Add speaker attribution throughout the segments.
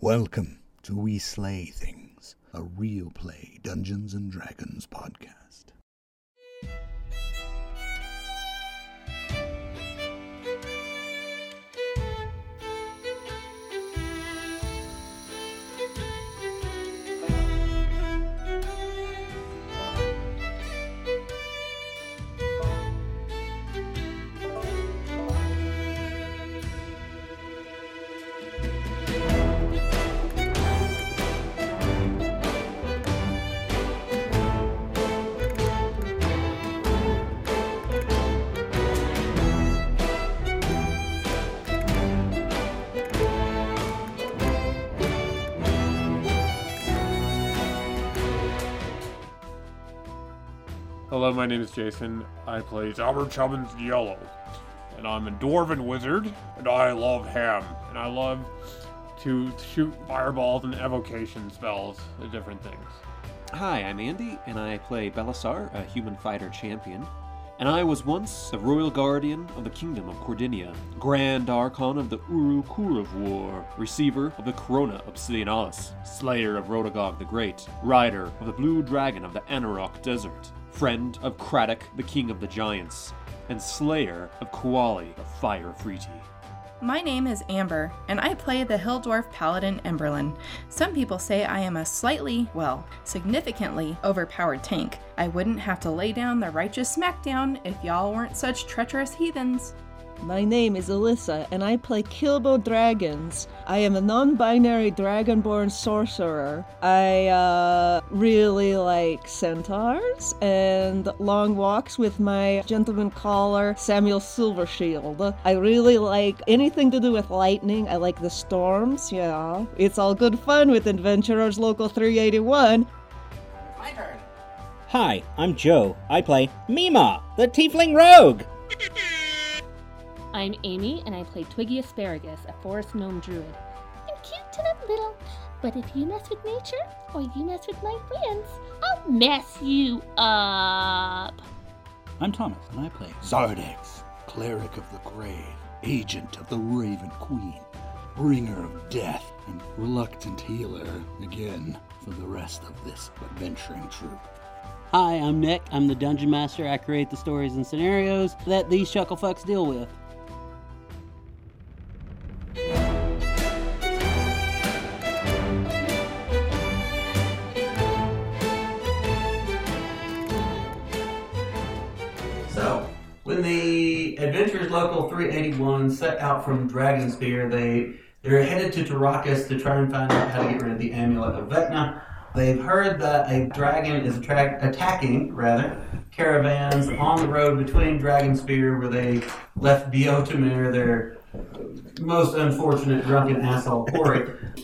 Speaker 1: Welcome to We Slay Things, a real play Dungeons and Dragons podcast.
Speaker 2: Hello, my name is Jason. I play Albert Chubbins Yellow, and I'm a dwarven wizard, and I love ham, and I love to shoot fireballs and evocation spells and different things.
Speaker 3: Hi, I'm Andy, and I play Belisar, a human fighter champion. And I was once a royal guardian of the kingdom of Cordinia, grand archon of the Urukurov War, receiver of the Corona Obsidianalis, slayer of Rodogog the Great, rider of the blue dragon of the Anarok Desert, friend of Craddock, the king of the giants, and slayer of Kuali of Fire Freety.
Speaker 4: My name is Amber, and I play the Hill Dwarf Paladin Emberlin. Some people say I am a slightly, well, significantly overpowered tank. I wouldn't have to lay down the righteous smackdown if y'all weren't such treacherous heathens.
Speaker 5: My name is Alyssa, and I play Kilbo Dragons. I am a non binary dragonborn sorcerer. I uh, really like centaurs and long walks with my gentleman caller, Samuel Silvershield. I really like anything to do with lightning. I like the storms, yeah. It's all good fun with Adventurers Local 381.
Speaker 6: Hi, I'm Joe. I play Mima, the Tiefling Rogue.
Speaker 7: I'm Amy, and I play Twiggy Asparagus, a forest gnome druid. I'm cute and I'm little, but if you mess with nature or you mess with my friends, I'll mess you up.
Speaker 6: I'm Thomas, and I play.
Speaker 1: Zardex, cleric of the grave, agent of the Raven Queen, bringer of death, and reluctant healer again for the rest of this adventuring troop.
Speaker 6: Hi, I'm Nick. I'm the Dungeon Master. I create the stories and scenarios that these chucklefucks deal with.
Speaker 8: So, when the Adventurers Local 381 set out from Dragonspear, they they're headed to Tarakas to try and find out how to get rid of the amulet of Vecna. They've heard that a dragon is attract, attacking, rather, caravans on the road between Dragonspear, where they left Beotamir, their most unfortunate drunken asshole, Oric,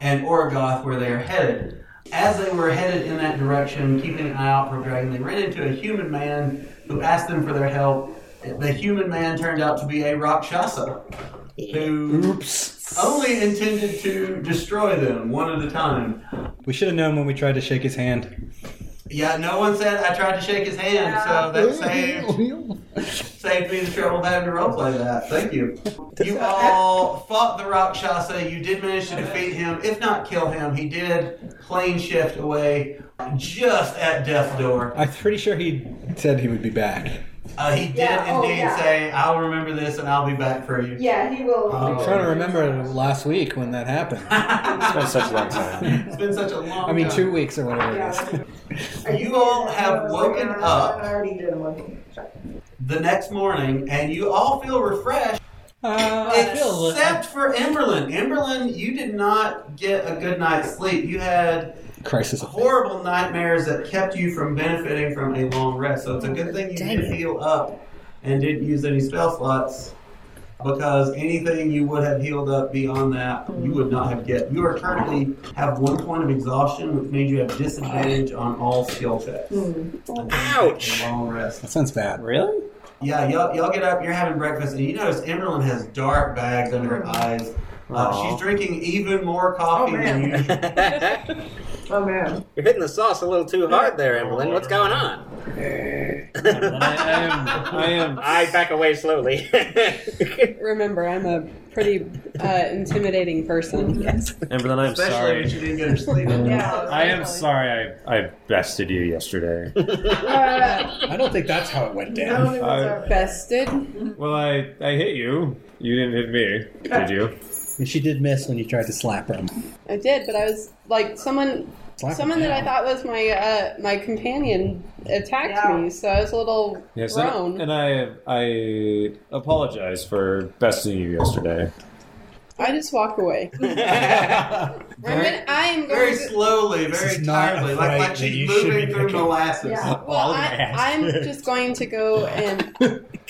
Speaker 8: and Oragoth, where they are headed. As they were headed in that direction, keeping an eye out for Dragon, they ran into a human man who asked them for their help. The human man turned out to be a Rakshasa who only intended to destroy them one at a time.
Speaker 9: We should have known when we tried to shake his hand.
Speaker 8: Yeah, no one said I tried to shake his hand, so that saved, saved me the trouble of having to roleplay that. Thank you. You all fought the Rakshasa. You did manage to defeat him, if not kill him. He did plane shift away just at death door.
Speaker 9: I'm pretty sure he said he would be back.
Speaker 8: Uh, he did indeed say, I'll remember this and I'll be back for you.
Speaker 10: Yeah, he will.
Speaker 6: Um,
Speaker 8: Oh.
Speaker 9: I'm trying to remember last week when that happened.
Speaker 8: it's
Speaker 11: been such a long time.
Speaker 8: been such a long
Speaker 9: I mean,
Speaker 8: time.
Speaker 9: two weeks or whatever it is.
Speaker 10: Yeah.
Speaker 8: You all have woken
Speaker 10: I
Speaker 8: up
Speaker 10: already did one.
Speaker 8: the next morning and you all feel refreshed
Speaker 9: Uh, I feel a
Speaker 8: except for Emberlyn. Emberlyn, you did not get a good night's sleep. You had
Speaker 9: crisis. of faith.
Speaker 8: horrible nightmares that kept you from benefiting from a long rest. So it's a good thing you did heal up and didn't use any spell slots because anything you would have healed up beyond that, you would not have get. You are currently have one point of exhaustion, which means you have disadvantage on all skill checks.
Speaker 10: Hmm.
Speaker 8: Ouch! Long rest.
Speaker 9: That sounds bad.
Speaker 6: Really?
Speaker 8: Yeah, y'all, y'all get up, you're having breakfast, and you notice Emerald has dark bags under her eyes. Uh,
Speaker 11: Aw.
Speaker 8: she's drinking even more coffee
Speaker 10: Oh,
Speaker 8: than
Speaker 10: man.
Speaker 8: usual.
Speaker 10: Oh man.
Speaker 11: You're hitting the sauce a little too hard there, Emily. What's going on?
Speaker 3: Okay.
Speaker 12: And I am. I am.
Speaker 6: I back away slowly.
Speaker 4: Remember, I'm a pretty uh, intimidating person. Yes.
Speaker 3: Amberlyn, I'm
Speaker 8: Especially
Speaker 3: sorry.
Speaker 8: if you didn't get her sleep.
Speaker 4: Yeah.
Speaker 3: I am sorry I, I bested you yesterday.
Speaker 1: I don't think that's how it went down.
Speaker 3: I,
Speaker 4: Bested.
Speaker 3: well, I, I hit you. You didn't hit me,
Speaker 6: Ah,
Speaker 3: did you?
Speaker 1: And she did miss when you tried to slap her.
Speaker 4: I did, but I was like someone.
Speaker 1: Slap
Speaker 4: someone
Speaker 1: him
Speaker 4: that I thought was my uh, my companion attacked me, so I was a little
Speaker 3: Yes,
Speaker 4: grown.
Speaker 3: and, and I I apologize for besting you yesterday.
Speaker 4: I just walk away. Roman, I am
Speaker 8: Very
Speaker 4: going. to,
Speaker 8: slowly,
Speaker 1: This
Speaker 8: very
Speaker 1: is not a
Speaker 8: tiredly, like,
Speaker 1: fight
Speaker 8: like
Speaker 1: that you
Speaker 8: she's
Speaker 1: should
Speaker 8: moving
Speaker 1: be
Speaker 8: through
Speaker 1: picking.
Speaker 8: molasses.
Speaker 4: well, I, I'm just going to go and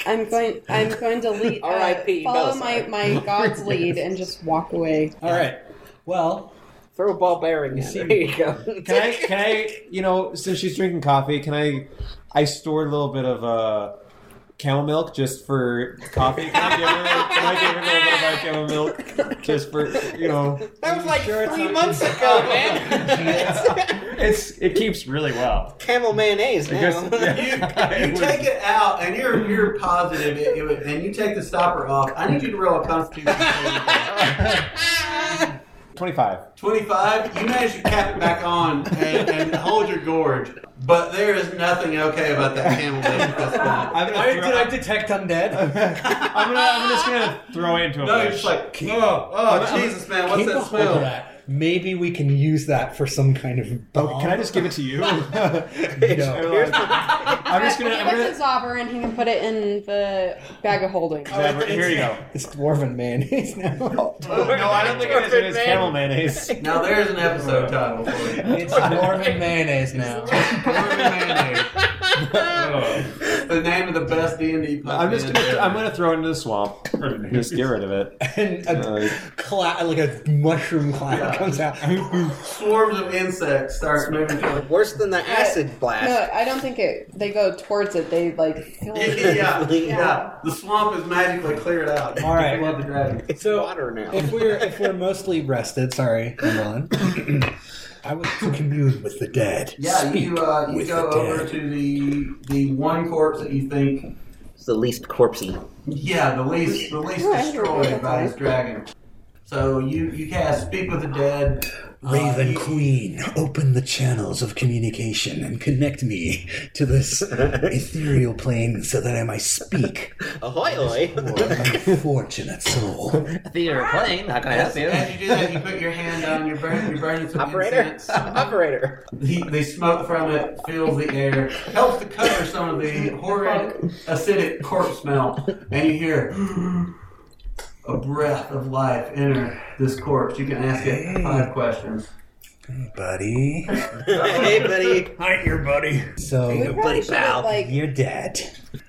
Speaker 4: I'm going. I'm going to lead. uh,
Speaker 6: R.I.P.
Speaker 4: follow my
Speaker 6: Belisar.
Speaker 4: my god's lead and just walk away.
Speaker 1: All right. Well,
Speaker 6: Throw a ball bearing. In. There you go.
Speaker 3: Can I can I you know since she's drinking coffee, can I I stored a little bit of uh cow milk just for coffee? Can I give her, can I give her a little bit of my cow milk just for you know?
Speaker 6: That was like
Speaker 3: Sure, it's
Speaker 6: three
Speaker 3: not-
Speaker 6: months ago, man.
Speaker 3: It's it keeps really well.
Speaker 6: Camel mayonnaise
Speaker 3: I guess-
Speaker 6: now.
Speaker 3: yeah.
Speaker 8: You take it out, and you're you're positive, it, it, would- and you take the stopper off. I need you to roll a Constitution.
Speaker 3: Twenty five.
Speaker 8: Twenty-five. You manage to cap it back on and, and hold your gorge, but there is nothing okay about that camel leg at this point.
Speaker 3: I'm gonna throw,
Speaker 1: detect undead?
Speaker 3: I'm gonna I'm just gonna throw it into a
Speaker 8: No, you're
Speaker 3: bush.
Speaker 8: just like, oh, oh, Jesus, man, what's
Speaker 1: Keep a
Speaker 8: that
Speaker 1: hold of
Speaker 8: smell?
Speaker 1: that. Maybe we can use that for some kind of bomb.
Speaker 3: Oh, can I just give it to you?
Speaker 1: No.
Speaker 3: Here's the- I'm just gonna.
Speaker 4: Give
Speaker 3: I'm
Speaker 4: us
Speaker 3: gonna
Speaker 4: a zobber and he can put it in the bag of holding.
Speaker 3: Zab- here you go.
Speaker 1: It's dwarven mayonnaise
Speaker 3: Oh,
Speaker 1: now.
Speaker 3: No, I don't think it is. It is
Speaker 6: Man.
Speaker 3: camel mayonnaise.
Speaker 8: Now there's an episode title for you.
Speaker 1: it's dwarven mayonnaise now.
Speaker 8: Dwarven mayonnaise. the name of the best D and D.
Speaker 3: I'm just gonna. I'm gonna throw it into the swamp. Just get rid of it.
Speaker 1: and a
Speaker 3: Uh,
Speaker 1: cloud, like a mushroom cloud
Speaker 8: Yeah.
Speaker 1: comes out.
Speaker 8: Swarms of insects start moving toward.
Speaker 6: Worse than the acid blast.
Speaker 4: No, I don't think it. They go towards it. They like. feel
Speaker 8: Yeah,
Speaker 4: it.
Speaker 8: yeah, yeah. The swamp is magically cleared out.
Speaker 1: All right.
Speaker 8: Love the dragon.
Speaker 6: It's
Speaker 1: So-
Speaker 6: water now.
Speaker 1: If we're if we're mostly rested, sorry, Merlin. I would commune with the dead.
Speaker 8: Yeah, you uh, you
Speaker 1: with
Speaker 8: go
Speaker 1: the
Speaker 8: over
Speaker 1: dead.
Speaker 8: to the the one corpse that you think
Speaker 6: It's the least corpsey.
Speaker 8: yeah the least the least
Speaker 4: Right.
Speaker 8: destroyed by this dragon. So you you cast speak with the dead. Uh,
Speaker 13: Raven
Speaker 8: you-
Speaker 13: Queen, open the channels of communication and connect me to this ethereal plane so that I might speak
Speaker 6: Ahoy, ahoy.
Speaker 13: for an unfortunate soul.
Speaker 6: Theater plane. How can I
Speaker 8: As
Speaker 6: help
Speaker 8: you
Speaker 6: you?
Speaker 8: do that, you put your hand on your burn, you're burning some
Speaker 6: Operator.
Speaker 8: incense.
Speaker 6: Operator.
Speaker 8: The, the smoke from it fills the air, helps to cover some of the horrid acidic corpse smell, and you hear a breath of life enter this corpse. You can ask it five questions.
Speaker 13: Buddy.
Speaker 6: hey, buddy.
Speaker 13: Hi, your buddy.
Speaker 1: So
Speaker 4: Probably
Speaker 6: Buddy
Speaker 4: should have,
Speaker 6: pal.
Speaker 4: like
Speaker 13: You're dead.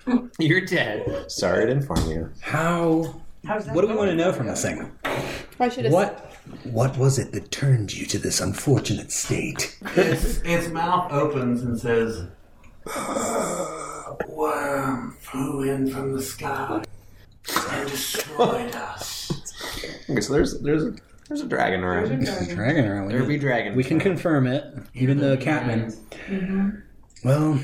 Speaker 6: You're dead.
Speaker 3: sorry to inform you.
Speaker 1: how? What do we want to know from this thing?
Speaker 4: I should have.
Speaker 1: What?
Speaker 13: What was it that turned you to this unfortunate state?
Speaker 8: Its, its mouth opens and says, A worm flew in from the sky and destroyed us.
Speaker 3: Okay, so there's there's a, there's a dragon around.
Speaker 1: Dragon around.
Speaker 6: There be dragon.
Speaker 1: We can confirm it, even though Catman.
Speaker 13: Well,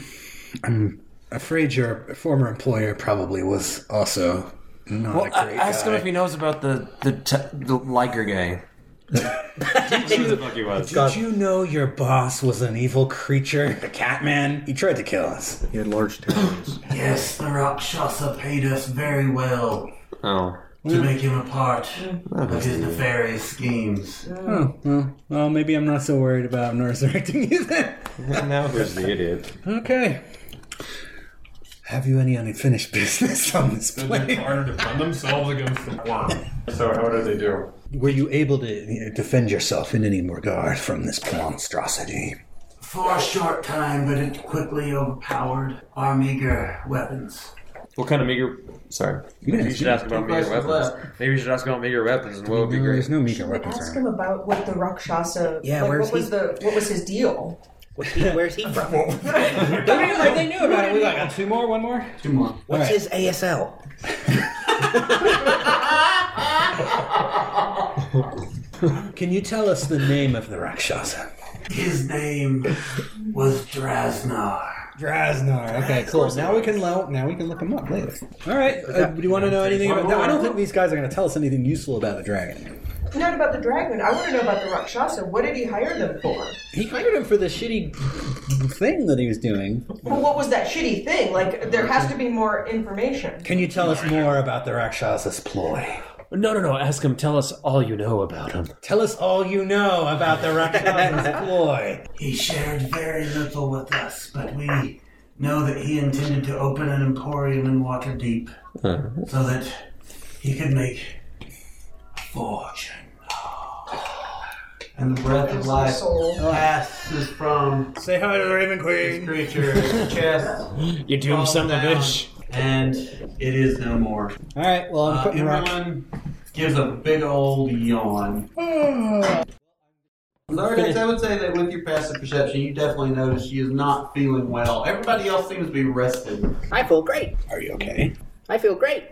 Speaker 13: I'm afraid your former employer probably was also not a great
Speaker 3: ask
Speaker 13: guy.
Speaker 3: him if he knows about the the t- the liger guy. Who the fuck he was?
Speaker 13: Did you know your boss was an evil creature? The Catman? He tried to kill us.
Speaker 3: He had large talons.
Speaker 8: Yes, the Rakshasa paid us very well
Speaker 3: oh.
Speaker 8: to make him a part of his nefarious schemes.
Speaker 1: Oh, well, well, maybe I'm not so worried about him resurrecting you then.
Speaker 3: now who's the idiot?
Speaker 1: Okay.
Speaker 13: Have you any unfinished business on this plane?
Speaker 2: trying to defend themselves against the worm. So how do they do?
Speaker 13: Were you able to you know, defend yourself in any regard from this monstrosity?
Speaker 8: For a short time, but it quickly overpowered our meager weapons.
Speaker 3: What kind of meager? Sorry, maybe you should ask about meager
Speaker 8: questions
Speaker 3: weapons. Maybe you should ask about meager weapons, and what would be great.
Speaker 1: There's no meager weapons
Speaker 5: Ask
Speaker 1: around.
Speaker 5: him about what the Rakshasa.
Speaker 6: Yeah,
Speaker 5: like,
Speaker 6: where's
Speaker 5: what was
Speaker 6: he?
Speaker 5: the what was his deal?
Speaker 6: What's he, where's he from?
Speaker 1: I mean, like, they knew about it. We got two more, one more.
Speaker 8: Two more.
Speaker 1: All
Speaker 6: What's
Speaker 1: right.
Speaker 6: his ASL?
Speaker 1: Can you tell us the name of the Rakshasa?
Speaker 8: His name was Drasnar.
Speaker 9: Drasnar. Okay, cool. Now we can lo- now we can look him up later.
Speaker 1: All right. Uh, do you want to know anything about? No, I don't think these guys are going to tell us anything useful about the dragon.
Speaker 5: Not about the dragon. I want to know about the Rakshasa. What did he hire them for?
Speaker 1: He hired him for the shitty thing that he was doing.
Speaker 5: Well, what was that shitty thing? Like, there has to be more information.
Speaker 9: Can you tell us more about the Rakshasa's ploy?
Speaker 14: No, no, no. Ask him. Tell us all you know about him.
Speaker 9: Tell us all you know about the Rakshasa's ploy.
Speaker 8: He shared very little with us, but we know that he intended to open an emporium in Waterdeep so that he could make a fortune. And the breath of life passes from
Speaker 9: say hi to the Raven Queen
Speaker 8: creature's chest.
Speaker 10: You doomed
Speaker 8: falls
Speaker 10: son of a
Speaker 8: down,
Speaker 10: bitch.
Speaker 8: and it is no more.
Speaker 9: All right. Well,
Speaker 8: I'm
Speaker 9: putting rock-
Speaker 8: gives a big old yawn. Lordex, I would say that with your passive perception, you definitely notice she is not feeling well. Everybody else seems to be rested.
Speaker 6: I feel great.
Speaker 9: Are you okay?
Speaker 6: I feel great.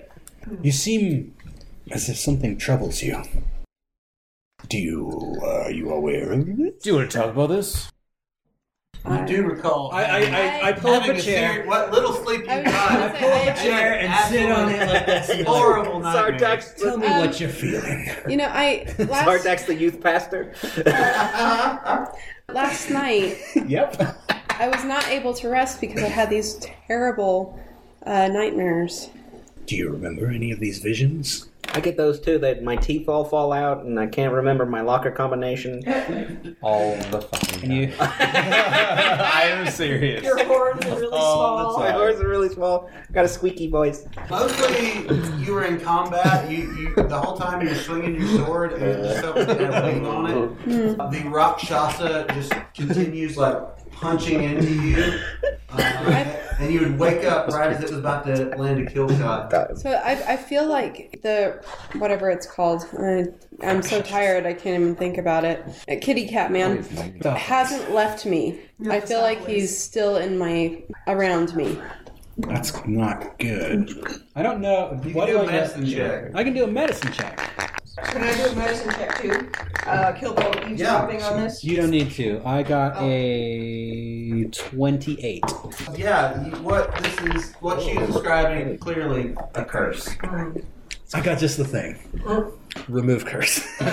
Speaker 9: You seem as if something troubles you. Do you uh, are you aware of it?
Speaker 10: Do you want to talk about this?
Speaker 8: I do recall.
Speaker 9: I I, I, I pull up
Speaker 8: Having
Speaker 9: a chair.
Speaker 8: seri- what little sleep you got. I
Speaker 9: pull up a chair and sit on it like this.
Speaker 8: Absolutely Horrible nightmare.
Speaker 6: Sardax,
Speaker 9: Tell me
Speaker 4: Um,
Speaker 9: what you're feeling.
Speaker 4: You know, I last
Speaker 6: Sardax, the youth pastor.
Speaker 4: last night
Speaker 9: Yep.
Speaker 4: I was not able to rest because I had these terrible uh, nightmares.
Speaker 9: Do you remember any of these visions?
Speaker 6: I get those too. That my teeth all fall out, and I can't remember my locker combination.
Speaker 10: All the fucking.
Speaker 6: you,
Speaker 10: I am serious.
Speaker 5: horns are really
Speaker 10: Oh,
Speaker 6: my
Speaker 10: that's
Speaker 6: horns are really small. I got a squeaky voice.
Speaker 8: Mostly, you were in combat. You, you the whole time you were swinging your sword and it just felt like you had a weight on it. The rakshasa just continues like punching into you, uh, and you would wake up right as it was about to land a kill shot.
Speaker 4: So I, I feel like the whatever it's called. I, I'm so tired I can't even think about it. Uh, Kitty Cat Man hasn't left me. I feel like he's still in my around me.
Speaker 9: That's not good.
Speaker 1: I don't know. what
Speaker 8: do
Speaker 1: do
Speaker 8: a
Speaker 1: I know?
Speaker 8: medicine check.
Speaker 1: I can do a medicine check.
Speaker 5: Can I do a medicine check too? Uh, Kilbo, you stopping on this?
Speaker 1: You don't need to. I got
Speaker 8: Oh.
Speaker 1: a twenty-eight.
Speaker 8: Yeah, you- what this is, what she's describing, clearly a curse.
Speaker 9: I got just the thing. Remove curse.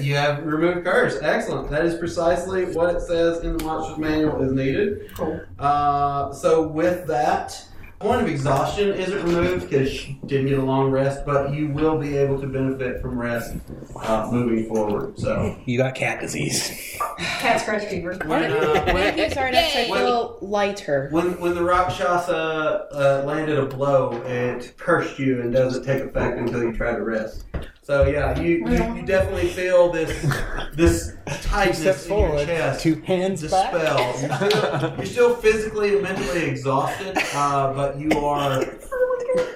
Speaker 8: You have removed curse. Excellent. That is precisely what it says in the monster's manual is needed.
Speaker 5: Cool.
Speaker 8: Uh, so with that, point of exhaustion isn't removed because she did get a long rest, but you will be able to benefit from rest uh, moving forward. So
Speaker 9: you got cat disease.
Speaker 5: Cat scratch fever.
Speaker 8: when, uh, when,
Speaker 4: Thank you, Sardax. I feel lighter.
Speaker 8: when when the rakshasa uh, landed a blow, it cursed you and doesn't take effect until you try to rest. So yeah, you, you, you definitely feel this this tightness in your chest.
Speaker 1: Two hands
Speaker 8: the
Speaker 1: back.
Speaker 8: spell. You're still, you're still physically and mentally exhausted, uh, but you are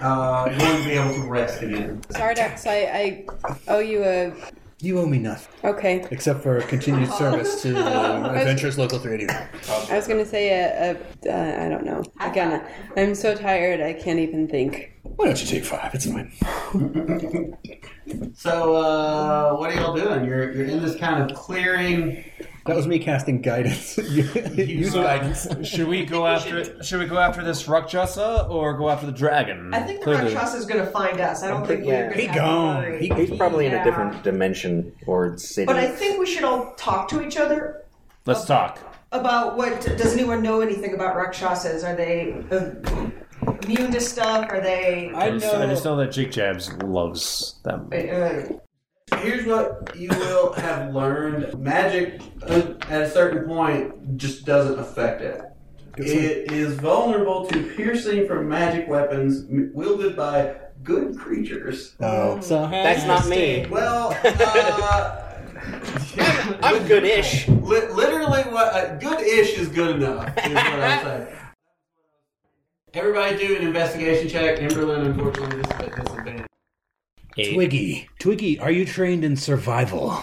Speaker 8: uh, going to be able to rest again.
Speaker 4: Sardax, I, I owe you a.
Speaker 9: You owe me nothing
Speaker 4: Okay.
Speaker 9: except for continued service to uh, Adventures Local 381.
Speaker 4: I was gonna say a, a uh, I don't know. Again, I'm so tired I can't even think.
Speaker 9: Why don't you take five? It's fine.
Speaker 8: So, uh, what are y'all doing? You're, you're in this kind of clearing. uh,
Speaker 9: That was me casting guidance. Use guidance.
Speaker 10: Should we go after? Should we go after this Rakshasa or go after the dragon?
Speaker 5: I think the
Speaker 10: Clearly.
Speaker 5: Rakshasa is going to find us. I don't think we're going to
Speaker 9: He
Speaker 5: have to
Speaker 9: gone.
Speaker 5: worry.
Speaker 9: He,
Speaker 6: He's probably in
Speaker 5: Yeah.
Speaker 6: a different dimension or city.
Speaker 5: But I think we should all talk to each other
Speaker 10: Let's talk.
Speaker 5: about what. Does anyone know anything about Rakshasas? Are they uh, immune to stuff? Are they.
Speaker 1: I know.
Speaker 10: I just know that Jig Jabs loves them.
Speaker 5: uh,
Speaker 8: Here's what you will have learned magic uh, at a certain point just doesn't affect it. It is vulnerable to piercing from magic weapons wielded by good creatures.
Speaker 9: Oh,
Speaker 1: So hey,
Speaker 6: That's not me.
Speaker 8: Well, uh,
Speaker 6: I'm good-ish.
Speaker 8: Li- literally, what uh, good ish is good enough is what I'm saying. Everybody do an investigation check. Emberlin, unfortunately, this is at disadvantage.
Speaker 9: Twiggy, Twiggy, are you trained in survival?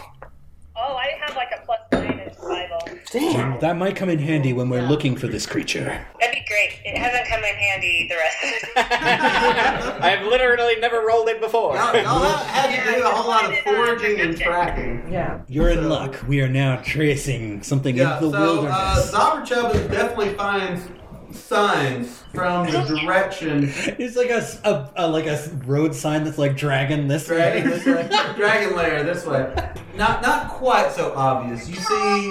Speaker 15: Oh, I have like a plus nine in survival.
Speaker 9: That might come in handy when we're looking for this creature.
Speaker 15: That'd be great. It hasn't come in handy the rest of the time.
Speaker 6: I've literally never rolled it before.
Speaker 8: Y'all, y'all had to do a whole lot of foraging and tracking.
Speaker 5: yeah.
Speaker 9: You're in luck. We are now tracing something
Speaker 8: Yeah,
Speaker 9: in the
Speaker 8: so
Speaker 9: wilderness.
Speaker 8: uh, Zobber Chubbins definitely finds signs from the direction.
Speaker 1: It's like a, s- a- a- like a s- road sign that's like dragon this
Speaker 8: Dragon,
Speaker 1: way.
Speaker 8: this way. Dragon lair this way. Not not quite so obvious. You see,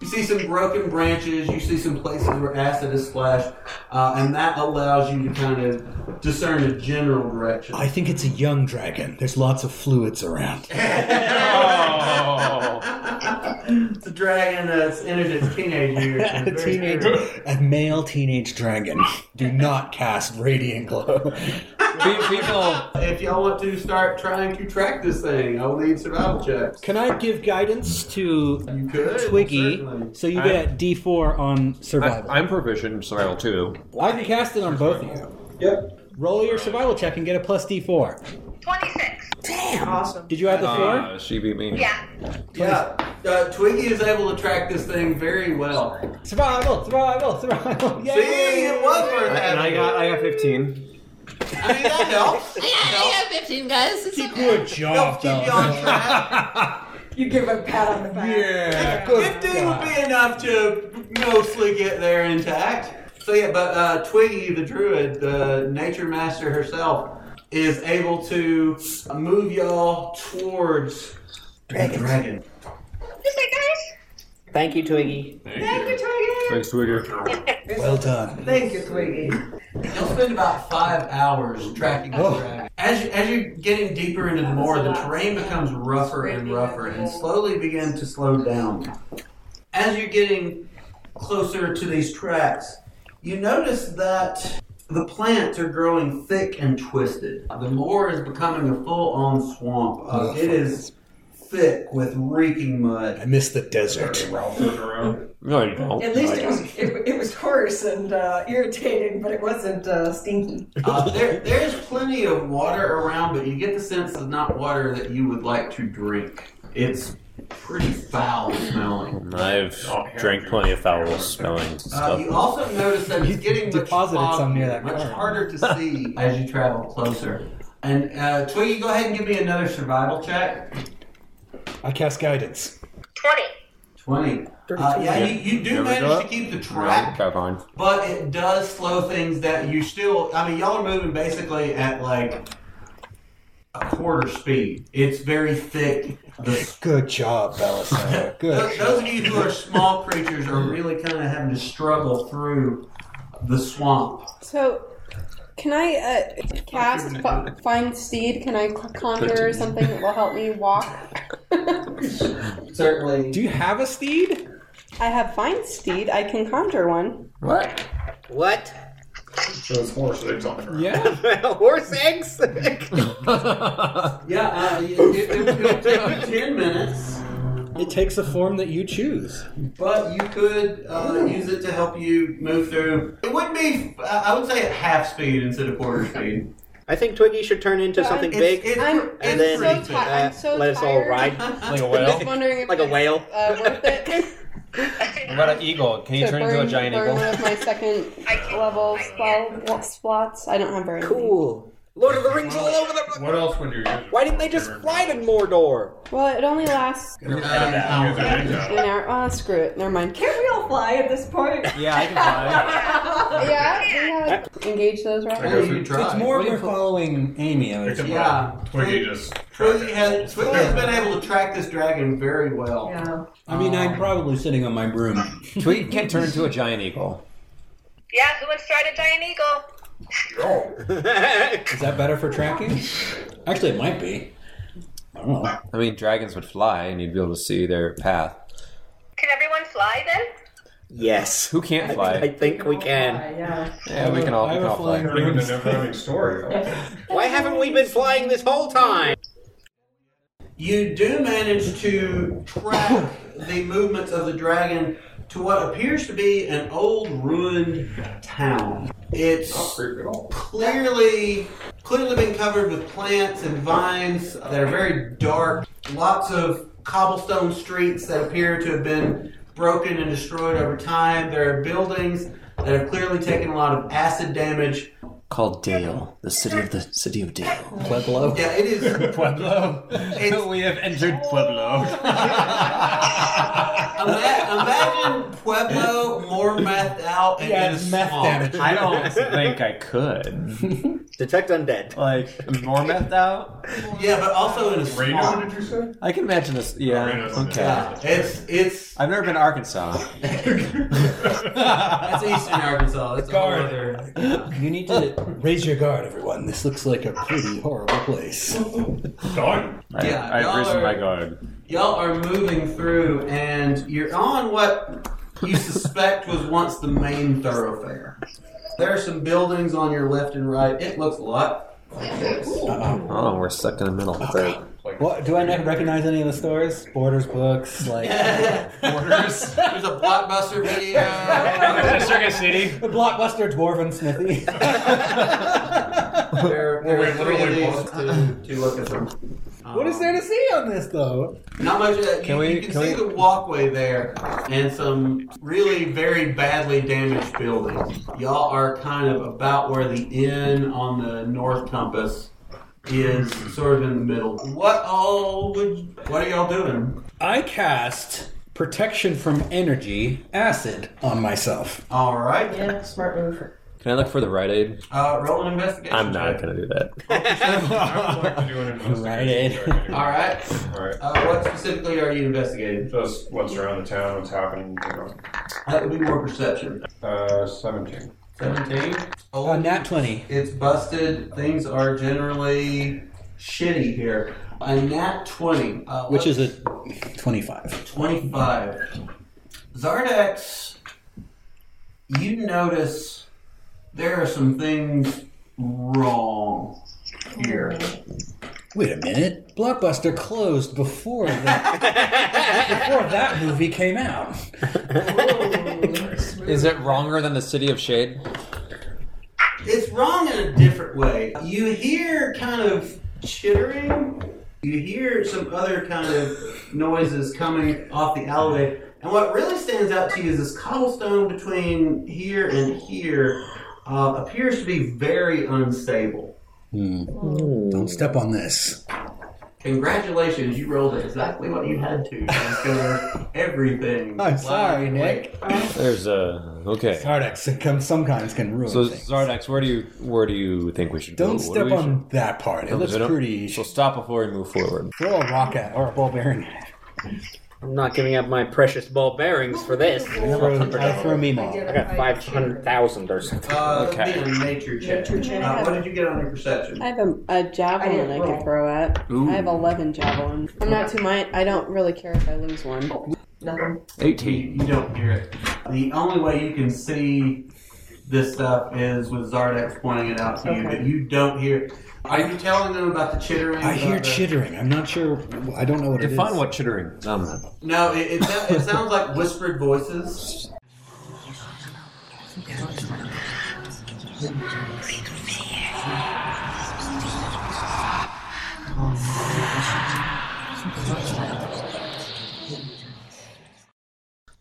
Speaker 8: you see some broken branches. You see some places where acid is splashed, uh, and that allows you to kind of discern a general direction.
Speaker 1: I think it's a young dragon. There's lots of fluids around.
Speaker 8: It's a dragon that's entered its teenage years. and it's very
Speaker 1: Teenage,
Speaker 8: scary.
Speaker 1: a male teenage dragon. Do not cast radiant glow.
Speaker 8: People, if y'all want to start trying to track this thing, I'll need survival checks.
Speaker 16: Can I give guidance to
Speaker 8: could,
Speaker 16: Twiggy
Speaker 8: certainly.
Speaker 16: so you
Speaker 8: I-
Speaker 16: get D D4 on survival?
Speaker 17: I, am proficient in survival too.
Speaker 16: I can cast it on both of you. Yep. Roll your survival check and get a plus D4.
Speaker 15: 26.
Speaker 16: Damn. Awesome. Did you add the four?
Speaker 17: Uh, she beat me.
Speaker 15: Yeah.
Speaker 8: Yeah, uh, Twiggy is able to track this thing very well.
Speaker 16: Survival, survival, survival.
Speaker 8: See, it was worth having.
Speaker 10: And I got I got fifteen.
Speaker 8: that helps.
Speaker 18: I have 15, guys. It's okay.
Speaker 1: Good job,
Speaker 5: You give a pat on the back.
Speaker 8: Yeah. 15 would be enough to mostly get there intact. So yeah, but uh, Twiggy the druid, the nature master herself, is able to move y'all towards dragon. dragon.
Speaker 15: Okay, guys.
Speaker 6: Thank you, Twiggy.
Speaker 5: Thank you, Twiggy.
Speaker 6: Thanks, Twiggy.
Speaker 1: Well done.
Speaker 5: Thank you, Twiggy.
Speaker 8: You'll spend about five hours tracking the dragon. As, you, as you're getting deeper into the moor, the terrain becomes rougher and rougher and slowly begins to slow down. As you're getting closer to these tracks, you notice that the plants are growing thick and twisted. The moor is becoming a full on swamp. Uh, it is thick with reeking mud. I
Speaker 1: miss the desert.
Speaker 17: No, you don't.
Speaker 5: At least it was it, it was coarse and uh, irritating, but it wasn't uh, stinky.
Speaker 8: Uh, there, there's plenty of water around, but you get the sense it's not water that you would like to drink. It's pretty foul smelling.
Speaker 17: I've drank plenty of foul smelling
Speaker 8: Uh,
Speaker 17: stuff.
Speaker 8: you also notice that it's getting much, foggier,
Speaker 17: near that
Speaker 8: much harder to see as you travel closer. And uh, Twiggy, go ahead and give me another survival check.
Speaker 1: I cast guidance.
Speaker 15: 20.
Speaker 8: 20. Uh, yeah, you, you do manage to keep the track
Speaker 17: Okay, fine.
Speaker 8: But it does slow things that you still. I mean, y'all are moving basically at like a quarter speed. It's very thick.
Speaker 1: Good job, Belisar. Good.
Speaker 8: Those, those of you who are small creatures are really kind of having to struggle through the swamp.
Speaker 4: So, can I uh, cast fi- Find Steed? Can I conjure something that will help me walk?
Speaker 8: Certainly.
Speaker 16: Do you have a steed?
Speaker 4: I have Find Steed. I can conjure one.
Speaker 16: What?
Speaker 6: What?
Speaker 9: Shows horse eggs on the ground.
Speaker 16: Yeah.
Speaker 6: Horse eggs?
Speaker 8: yeah, uh, it, it, it'll take you 10 minutes,
Speaker 16: It takes a form that you choose.
Speaker 8: but you could
Speaker 4: Hmm.
Speaker 8: uh, use it to help you move through. It would be, uh, I would say, at half speed instead of quarter speed.
Speaker 6: I think Twiggy should turn into
Speaker 4: Yeah,
Speaker 6: something
Speaker 4: it's-
Speaker 6: big
Speaker 4: I'm, I'm
Speaker 6: and then
Speaker 4: so ti- I'm
Speaker 6: uh,
Speaker 4: so
Speaker 6: let us all
Speaker 4: tired.
Speaker 6: ride.
Speaker 17: Like a
Speaker 4: I'm
Speaker 17: whale?
Speaker 4: just wondering if
Speaker 6: Like a
Speaker 4: it's,
Speaker 6: whale.
Speaker 4: Uh, worth it
Speaker 17: What about an eagle? Can you
Speaker 4: to
Speaker 17: turn
Speaker 4: burn,
Speaker 17: into a giant
Speaker 4: burn one
Speaker 17: eagle?
Speaker 4: of my second level spell wa- spots. I don't have very
Speaker 6: Cool. Lord of the Rings all over the.
Speaker 2: What else would you use?
Speaker 6: Why didn't they just fly to Mordor?
Speaker 4: Well, it only lasts
Speaker 6: Get
Speaker 4: an
Speaker 6: out of town. Get out of town.
Speaker 4: hour. Oh, screw it. Never mind.
Speaker 5: Can we all fly at this point?
Speaker 10: Yeah, I can
Speaker 4: yeah, we have engage those rockets.
Speaker 8: you try.
Speaker 1: It's more we're following Amy. I would say.
Speaker 8: Yeah.
Speaker 1: Twiggy just.
Speaker 8: Twiggy has, Twiggy has been able to track this dragon very well.
Speaker 5: Yeah.
Speaker 1: I mean, I'm probably sitting on my broom.
Speaker 17: Tweet can turn into a giant eagle.
Speaker 15: Yeah, who wants to ride a giant eagle?
Speaker 1: Is that better for tracking? Actually, it might be. I don't know.
Speaker 17: I mean, dragons would fly, and you'd be able to see their path.
Speaker 15: Can everyone fly then?
Speaker 6: Yes.
Speaker 17: Who can't fly?
Speaker 6: I think we can.
Speaker 5: Yeah.
Speaker 17: Yeah, we can all, we can all fly.
Speaker 6: Why haven't we been flying this whole time?
Speaker 8: You do manage to track the movements of the dragon to what appears to be an old ruined town. It's clearly clearly been covered with plants and vines that are very dark. Lots of cobblestone streets that appear to have been broken and destroyed over time. There are buildings that have clearly taken a lot of acid damage.
Speaker 19: called Dale, the city of the city of Dale.
Speaker 20: Pueblo.
Speaker 8: Yeah, it is
Speaker 20: Pueblo. we have entered Pueblo.
Speaker 8: Imagine Pueblo more methed out and
Speaker 2: Yeah,
Speaker 8: in a
Speaker 2: it's meth
Speaker 8: swamp.
Speaker 2: damage. I don't think I could.
Speaker 6: Detect undead.
Speaker 2: Like more methed out.
Speaker 8: Yeah, but also in a swamp.
Speaker 2: did you say? I can imagine this. Yeah. okay.
Speaker 8: Yeah, it's it's.
Speaker 2: I've never been to Arkansas.
Speaker 8: That's Eastern Arkansas. That's all other.
Speaker 21: You need to raise your guard, everyone. This looks like a pretty horrible place.
Speaker 22: Guard?
Speaker 8: I- Yeah, I've y'all risen are- my
Speaker 22: guard.
Speaker 8: Y'all are moving through, and you're on what you suspect was once the main thoroughfare. There are some buildings on your left and right. It looks a lot like this.
Speaker 3: Oh, we're stuck in the middle.
Speaker 1: What, do I not recognize any of the stores? Borders, books, like.
Speaker 8: There's there's a blockbuster video.
Speaker 1: Circus City. The blockbuster dwarven smithy.
Speaker 8: There, there
Speaker 1: Wait,
Speaker 8: are three of
Speaker 1: literally
Speaker 8: these to, to look at them. Um,
Speaker 1: what is there to see on this though?
Speaker 8: Not much. Of that. You,
Speaker 1: Can we-
Speaker 8: you can,
Speaker 1: can
Speaker 8: see
Speaker 1: we-
Speaker 8: the walkway there and some really very badly damaged buildings. Y'all are kind of about where the inn on the north compass is, sort of in the middle. What all would? What are y'all doing?
Speaker 20: I cast protection from energy acid on myself.
Speaker 8: All right.
Speaker 23: Yeah, smart move.
Speaker 3: Can I look for the Rite Aid?
Speaker 8: Uh, roll an investigation.
Speaker 3: I'm not gonna do that.
Speaker 1: Rite Aid.
Speaker 8: All right.
Speaker 24: All right.
Speaker 8: Uh, what specifically are you investigating?
Speaker 24: Just what's around the town, what's happening. You know.
Speaker 8: That would be more perception.
Speaker 24: Uh, seventeen.
Speaker 8: 17. Oh,
Speaker 1: Uh,
Speaker 8: nat 20. It's busted. Things are generally shitty here. A nat 20. Uh,
Speaker 1: Which is
Speaker 8: let's-
Speaker 1: a 25.
Speaker 8: 25. Zardex, you notice there are some things wrong here.
Speaker 20: Wait a minute. Blockbuster closed before that before that movie came out.
Speaker 3: Is it wronger than the City of Shade?
Speaker 8: It's wrong in a different way. You hear kind of chittering. You hear some other kind of noises coming off the alleyway. And what really stands out to you is this cobblestone between here and here uh, appears to be very unstable.
Speaker 21: Hmm. Don't step on this.
Speaker 8: Congratulations, you rolled exactly what you had to to discover everything.
Speaker 1: I'm sorry, Nick.
Speaker 3: There's a okay.
Speaker 1: Sardex, some- some- some kinds can ruin
Speaker 3: So
Speaker 1: things.
Speaker 3: Zardax, where do you where do you think we should
Speaker 1: Don't
Speaker 3: go? What
Speaker 1: step
Speaker 3: do we
Speaker 1: on that part. It
Speaker 3: No,
Speaker 1: looks
Speaker 3: we don't-
Speaker 1: pretty-
Speaker 3: So stop before we move forward.
Speaker 1: Throw a rock at or a ball bearing.
Speaker 6: I'm not giving up my precious ball bearings for this.
Speaker 1: I throw me mom.
Speaker 6: I got 500,000 or something.
Speaker 8: Uh, that'd be a nature check.
Speaker 4: Nature check.
Speaker 8: Uh, what did you get on your perception?
Speaker 4: I have a, a javelin I, can throw at.
Speaker 8: Ooh.
Speaker 4: I have 11 javelins. I'm not too mind. I don't really care if I lose one. Nothing.
Speaker 8: 18. You don't hear it. The only way you can see this stuff is with Zardex pointing it out to you,
Speaker 21: Okay.
Speaker 8: but you don't hear it. Are you telling them about the chittering?
Speaker 21: I hear
Speaker 8: about the-
Speaker 21: chittering. I'm not sure. I don't know what it is.
Speaker 3: Define what chittering. I'm not.
Speaker 8: No, it, it, sou- it sounds like whispered voices.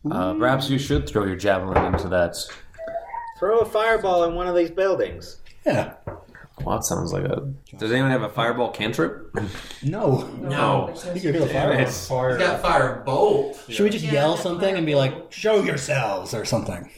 Speaker 3: Uh, perhaps you should throw your javelin into that.
Speaker 6: Throw a fireball in one of these buildings.
Speaker 3: Well, that sounds like a. Does anyone have a fireball cantrip?
Speaker 1: No.
Speaker 3: No.
Speaker 1: You could throw a
Speaker 3: Damn
Speaker 1: fire.
Speaker 3: it.
Speaker 8: It's got firebolt.
Speaker 1: Should we just yell something and be like, "Show yourselves" or something?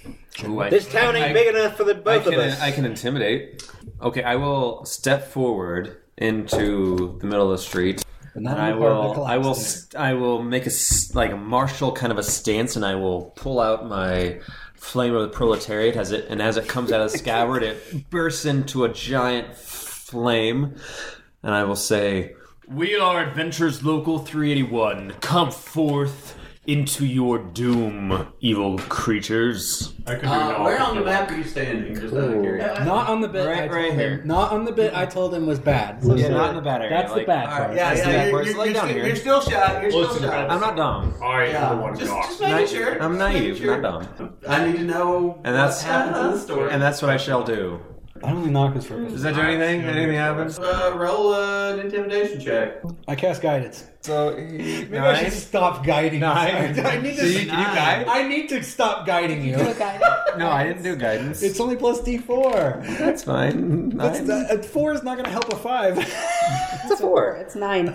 Speaker 3: Ooh, I-
Speaker 6: This town ain't
Speaker 3: I-
Speaker 6: big enough for
Speaker 3: I
Speaker 6: the both
Speaker 3: can,
Speaker 6: of us.
Speaker 3: I can intimidate. Okay, I will step forward into the middle of the street. And
Speaker 1: not
Speaker 3: I
Speaker 1: in the part of the
Speaker 3: will, I will, s- I will make a s- like a martial kind of a stance, and I will pull out my flame of the proletariat as it, and as it comes out of the scabbard, it bursts into a giant flame, and I will say,
Speaker 25: We are Adventures Local 381. Come forth into your doom, evil creatures. I
Speaker 8: could do Uh, an where on the map are you standing? Just out of curiosity.
Speaker 1: Not on the bit. I told him, Not on the bit. I told him was bad.
Speaker 3: Yeah, not in the bad area,
Speaker 1: That's
Speaker 3: like-
Speaker 1: the bad
Speaker 3: Alright,
Speaker 1: part.
Speaker 3: yeah,
Speaker 1: That's
Speaker 3: yeah,
Speaker 1: the bad
Speaker 3: you're-
Speaker 1: part.
Speaker 3: you're- Lay down here.
Speaker 8: You're still shy. You're still
Speaker 3: Listen,
Speaker 8: shy.
Speaker 3: I'm not dumb.
Speaker 8: I am the one
Speaker 3: just,
Speaker 8: just making sure.
Speaker 3: I'm naive, not dumb.
Speaker 8: I need to know
Speaker 3: And that's
Speaker 8: what happened to the story.
Speaker 3: and that's what I shall do.
Speaker 9: I don't think knock is for.
Speaker 10: Does that do anything? Did anything happen?
Speaker 8: Uh, roll uh, an intimidation check.
Speaker 9: I cast guidance.
Speaker 10: So he,
Speaker 1: Maybe I should stop guiding.
Speaker 10: Nine.
Speaker 1: I need to.
Speaker 10: So you- can you guide?
Speaker 1: I need to stop guiding you.
Speaker 10: no, I didn't do guidance.
Speaker 1: It's only plus D four.
Speaker 10: That's fine.
Speaker 1: That's
Speaker 10: Nine.
Speaker 1: that, a four is not going to help a five.
Speaker 4: It's a four. It's nine.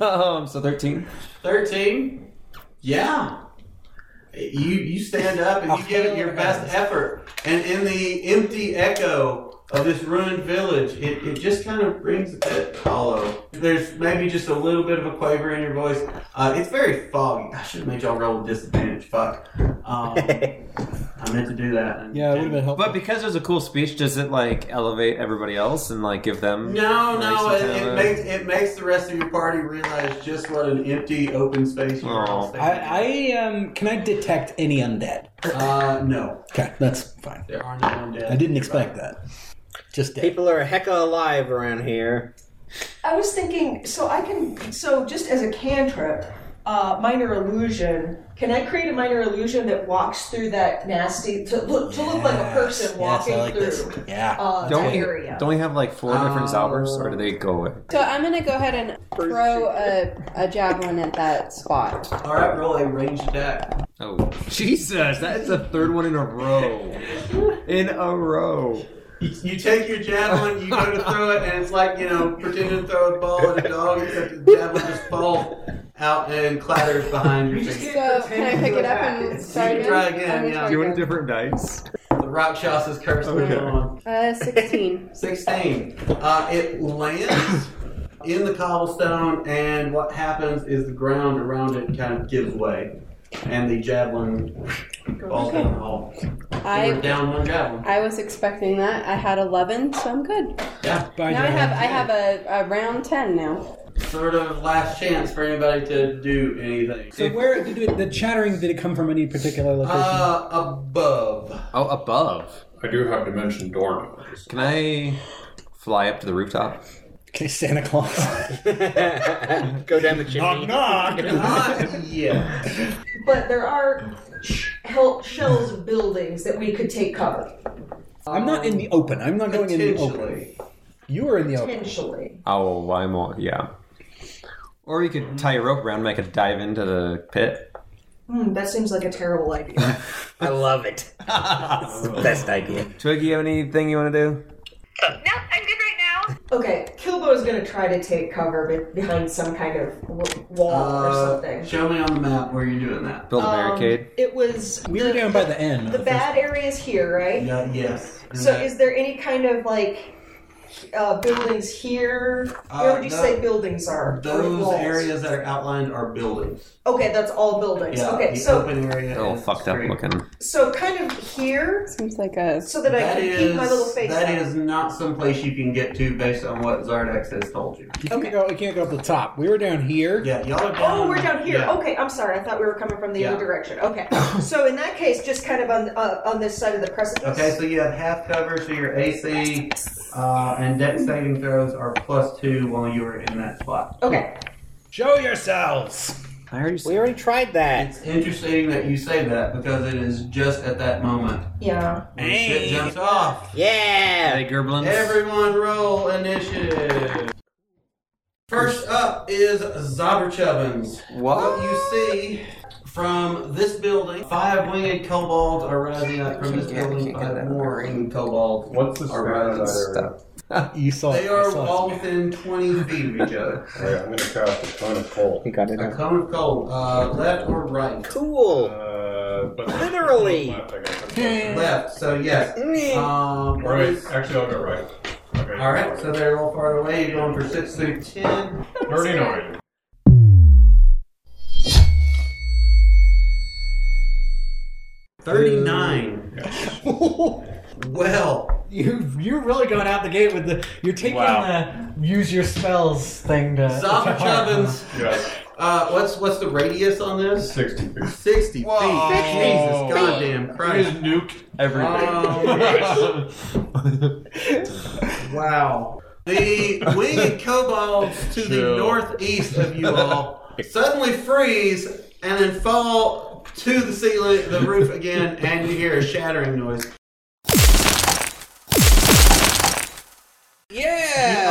Speaker 10: um, so thirteen.
Speaker 8: 13? Yeah. You you stand up and you give it your best effort. And in the empty echo of this ruined village, it, it just kind of rings a bit hollow. There's maybe just a little bit of a quaver in your voice. Uh, it's very foggy. I should have made y'all roll with disadvantage. Fuck. Um, I meant to do that.
Speaker 9: Yeah, it would have been helpful.
Speaker 17: But because there's a cool speech, does it like elevate everybody else and like give them?
Speaker 8: No, no,
Speaker 17: nice
Speaker 8: it, it
Speaker 17: antenna?
Speaker 8: makes it makes the rest of your party realize just what an empty open space you're all standing
Speaker 1: I,
Speaker 8: in.
Speaker 1: I um, can I detect any undead?
Speaker 8: Uh, no.
Speaker 1: Okay, that's fine.
Speaker 8: There are no undead.
Speaker 1: I didn't expect that. Just dead.
Speaker 6: People are a hecka alive around here.
Speaker 5: I was thinking, so I can, so just as a cantrip, uh, minor illusion. Can I create a minor illusion that walks through that nasty to look to look like a person walking
Speaker 1: like
Speaker 5: through?
Speaker 1: this. Yeah.
Speaker 5: Uh,
Speaker 17: Don't
Speaker 5: that
Speaker 17: we,
Speaker 5: area.
Speaker 17: don't we have like four different Zaubers, or do they go away?
Speaker 4: So I'm gonna go ahead and throw a, a javelin at that spot.
Speaker 8: All right, roll a ranged attack.
Speaker 17: Oh, Jesus! That is the third one in a row. In a row.
Speaker 8: You take your javelin, you go to throw it, and it's like you know, pretending to throw a ball at a dog, except the javelin just falls out and clatters behind your
Speaker 4: So
Speaker 8: feet.
Speaker 4: can I pick it up and start
Speaker 8: You
Speaker 4: it?
Speaker 8: can try again. Yeah.
Speaker 17: Do you want a different dice?
Speaker 8: The Rakshas is cursed.
Speaker 17: Okay.
Speaker 8: Okay.
Speaker 4: Uh, sixteen.
Speaker 8: 16. Uh, it lands in the cobblestone, and what happens is the ground around it kind of gives way, and the javelin falls down the hole.
Speaker 4: I-
Speaker 8: They were down one javelin.
Speaker 4: I was expecting that. I had eleven, so I'm good.
Speaker 8: Yeah.
Speaker 4: now I have I have a, a round ten now.
Speaker 8: Sort of last chance for anybody to do anything.
Speaker 16: So where did it, the chattering did it come from? Any particular location?
Speaker 8: Uh, above.
Speaker 17: Oh, above.
Speaker 26: I do have dimension door now.
Speaker 17: Can I fly up to the rooftop?
Speaker 1: Okay, Santa Claus.
Speaker 6: Go down the chimney.
Speaker 8: Ah,
Speaker 1: Knock,
Speaker 8: Not yet.
Speaker 5: But there are sh- hell- shells of buildings that we could take cover
Speaker 1: I'm not in the open. I'm not going in the open.
Speaker 8: Potentially.
Speaker 1: You are in the open.
Speaker 5: potentially.
Speaker 17: Oh, why more? Yeah. Or you could tie a rope around and I could dive into the pit.
Speaker 5: Hmm, that seems like a terrible idea.
Speaker 6: I love it. It's the best idea.
Speaker 17: Twig, you have anything you want to do?
Speaker 5: Okay, Kilbo is going to try to take cover be- behind some kind of w- wall or
Speaker 8: Uh,
Speaker 5: something.
Speaker 8: show me on the map where you're doing that.
Speaker 17: Build a
Speaker 5: Um,
Speaker 17: barricade.
Speaker 5: It was
Speaker 1: We were down by the end.
Speaker 5: the bad area is here, right?
Speaker 8: Yeah, yes.
Speaker 5: So is there any kind of like uh, buildings here? Where
Speaker 8: Uh,
Speaker 5: would you
Speaker 8: no.
Speaker 5: say buildings are? Or
Speaker 8: Those
Speaker 5: walls?
Speaker 8: areas that are outlined are buildings.
Speaker 5: Okay, that's all buildings.
Speaker 8: Yeah,
Speaker 5: okay,
Speaker 8: the
Speaker 5: so
Speaker 8: open area.
Speaker 17: Oh,
Speaker 8: is
Speaker 17: fucked up
Speaker 8: great.
Speaker 17: looking.
Speaker 5: so kind of here,
Speaker 4: Seems like a
Speaker 5: so that, I
Speaker 8: That
Speaker 5: can
Speaker 8: is
Speaker 5: keep my little face.
Speaker 8: that
Speaker 5: out.
Speaker 8: is not some place you can get to based on what Zardex has told you.
Speaker 1: You can't go. You can't go up the top. We were down here.
Speaker 8: Yeah, y'all are down.
Speaker 5: Oh, we're down here.
Speaker 8: yeah.
Speaker 5: Okay, I'm sorry. I thought we were coming from the
Speaker 8: Yeah.
Speaker 5: other direction. Okay, so in that case, just kind of on uh, on this side of the precipice.
Speaker 8: Okay, so you have half cover, so your AC uh, and dex saving throws are plus two while you are in that spot.
Speaker 5: Okay.
Speaker 1: Show yourselves.
Speaker 17: I already
Speaker 6: We already tried that.
Speaker 8: It's interesting that you say that because it is just at that moment
Speaker 5: Yeah.
Speaker 8: when shit jumps off.
Speaker 6: Yeah.
Speaker 17: Hey, Gerblins.
Speaker 8: Everyone roll initiative. First up is Zobberchubbins.
Speaker 17: what?
Speaker 8: What you see from this building, five winged kobolds are rising up from this building. Five more winged kobolds
Speaker 26: What's the
Speaker 8: are
Speaker 26: spread of
Speaker 8: rising up.
Speaker 26: that area?
Speaker 1: You saw.
Speaker 8: They
Speaker 1: you
Speaker 8: are
Speaker 1: saw us.
Speaker 8: all within 20 feet of each other.
Speaker 26: Alright, I'm gonna cast a ton of coal.
Speaker 6: You got it.
Speaker 8: A cone of cold, uh, left or right?
Speaker 6: Cool.
Speaker 26: Uh, but
Speaker 6: Literally.
Speaker 26: Left, I guess. Okay.
Speaker 8: Left, so yes. Um,
Speaker 26: Or wait, actually, I'll go right. Okay.
Speaker 8: Alright, so they're a little farther away. You're going for 6 through 10.
Speaker 26: Already know it.
Speaker 8: Well,
Speaker 16: You you're really going out the gate with the you're taking the use your spells thing to.
Speaker 8: Zombie Chubbins.
Speaker 26: Yes.
Speaker 8: Uh, what's what's the radius on this?
Speaker 26: 60 feet.
Speaker 8: 60 feet. Jesus goddamn Christ.
Speaker 17: nuke everything.
Speaker 8: Oh, Wow. The winged kobolds to the
Speaker 26: Chill.
Speaker 8: northeast of you all suddenly freeze and then fall to the ceiling, the roof again, and you hear a shattering noise. Yeah.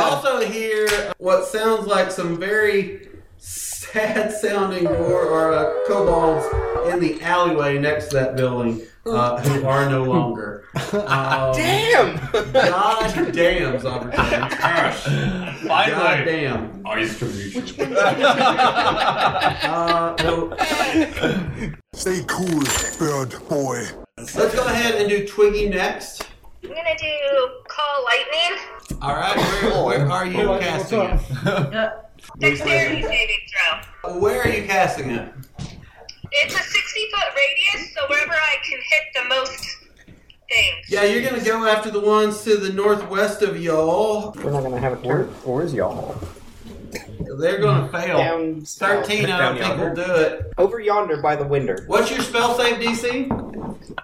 Speaker 16: Oh,
Speaker 8: You also hear what sounds like some very sad sounding or, or uh, kobolds in the alleyway next to that building uh, who are no longer. Um,
Speaker 15: Damn!
Speaker 8: God damn, Zombie.
Speaker 26: Finally.
Speaker 8: God damn.
Speaker 26: Ice distribution.
Speaker 8: Uh, well,
Speaker 27: Stay cool, bird boy.
Speaker 8: let's go ahead and do Twiggy next.
Speaker 15: I'm gonna do call lightning.
Speaker 8: All right, where, where are you casting it?
Speaker 15: Dexterity saving throw.
Speaker 8: Where are you casting it?
Speaker 15: It's a 60 foot radius, so wherever I can hit the most things.
Speaker 8: Yeah, you're gonna go after the ones to the northwest of y'all.
Speaker 6: We're not gonna have a turn. Or is y'all?
Speaker 8: They're gonna fail.
Speaker 6: Down south.
Speaker 8: 13, I don't
Speaker 6: Down
Speaker 8: think will
Speaker 6: yonder.
Speaker 8: do it.
Speaker 6: Over yonder by the window.
Speaker 8: What's your spell save DC?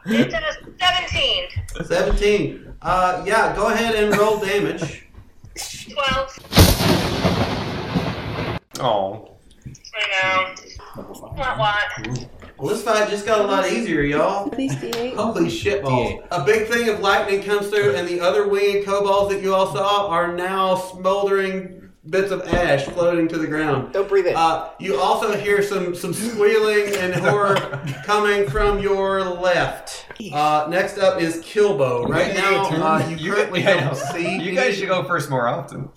Speaker 15: It's a 17.
Speaker 8: 17. Uh, yeah, go ahead and roll damage.
Speaker 15: 12.
Speaker 8: Oh.
Speaker 15: I know. Not a lot.
Speaker 8: Well, this fight just got a lot easier, y'all.
Speaker 4: At least D8.
Speaker 8: Holy shit balls. A big thing of lightning comes through, and the other winged kobolds that you all saw are now smoldering bits of ash floating to the ground. Don't breathe in. Uh, you also hear some, some squealing and horror coming from your left. Uh, next up is Kilbo. Right now, uh, you currently don't see.
Speaker 10: You guys should go first more often.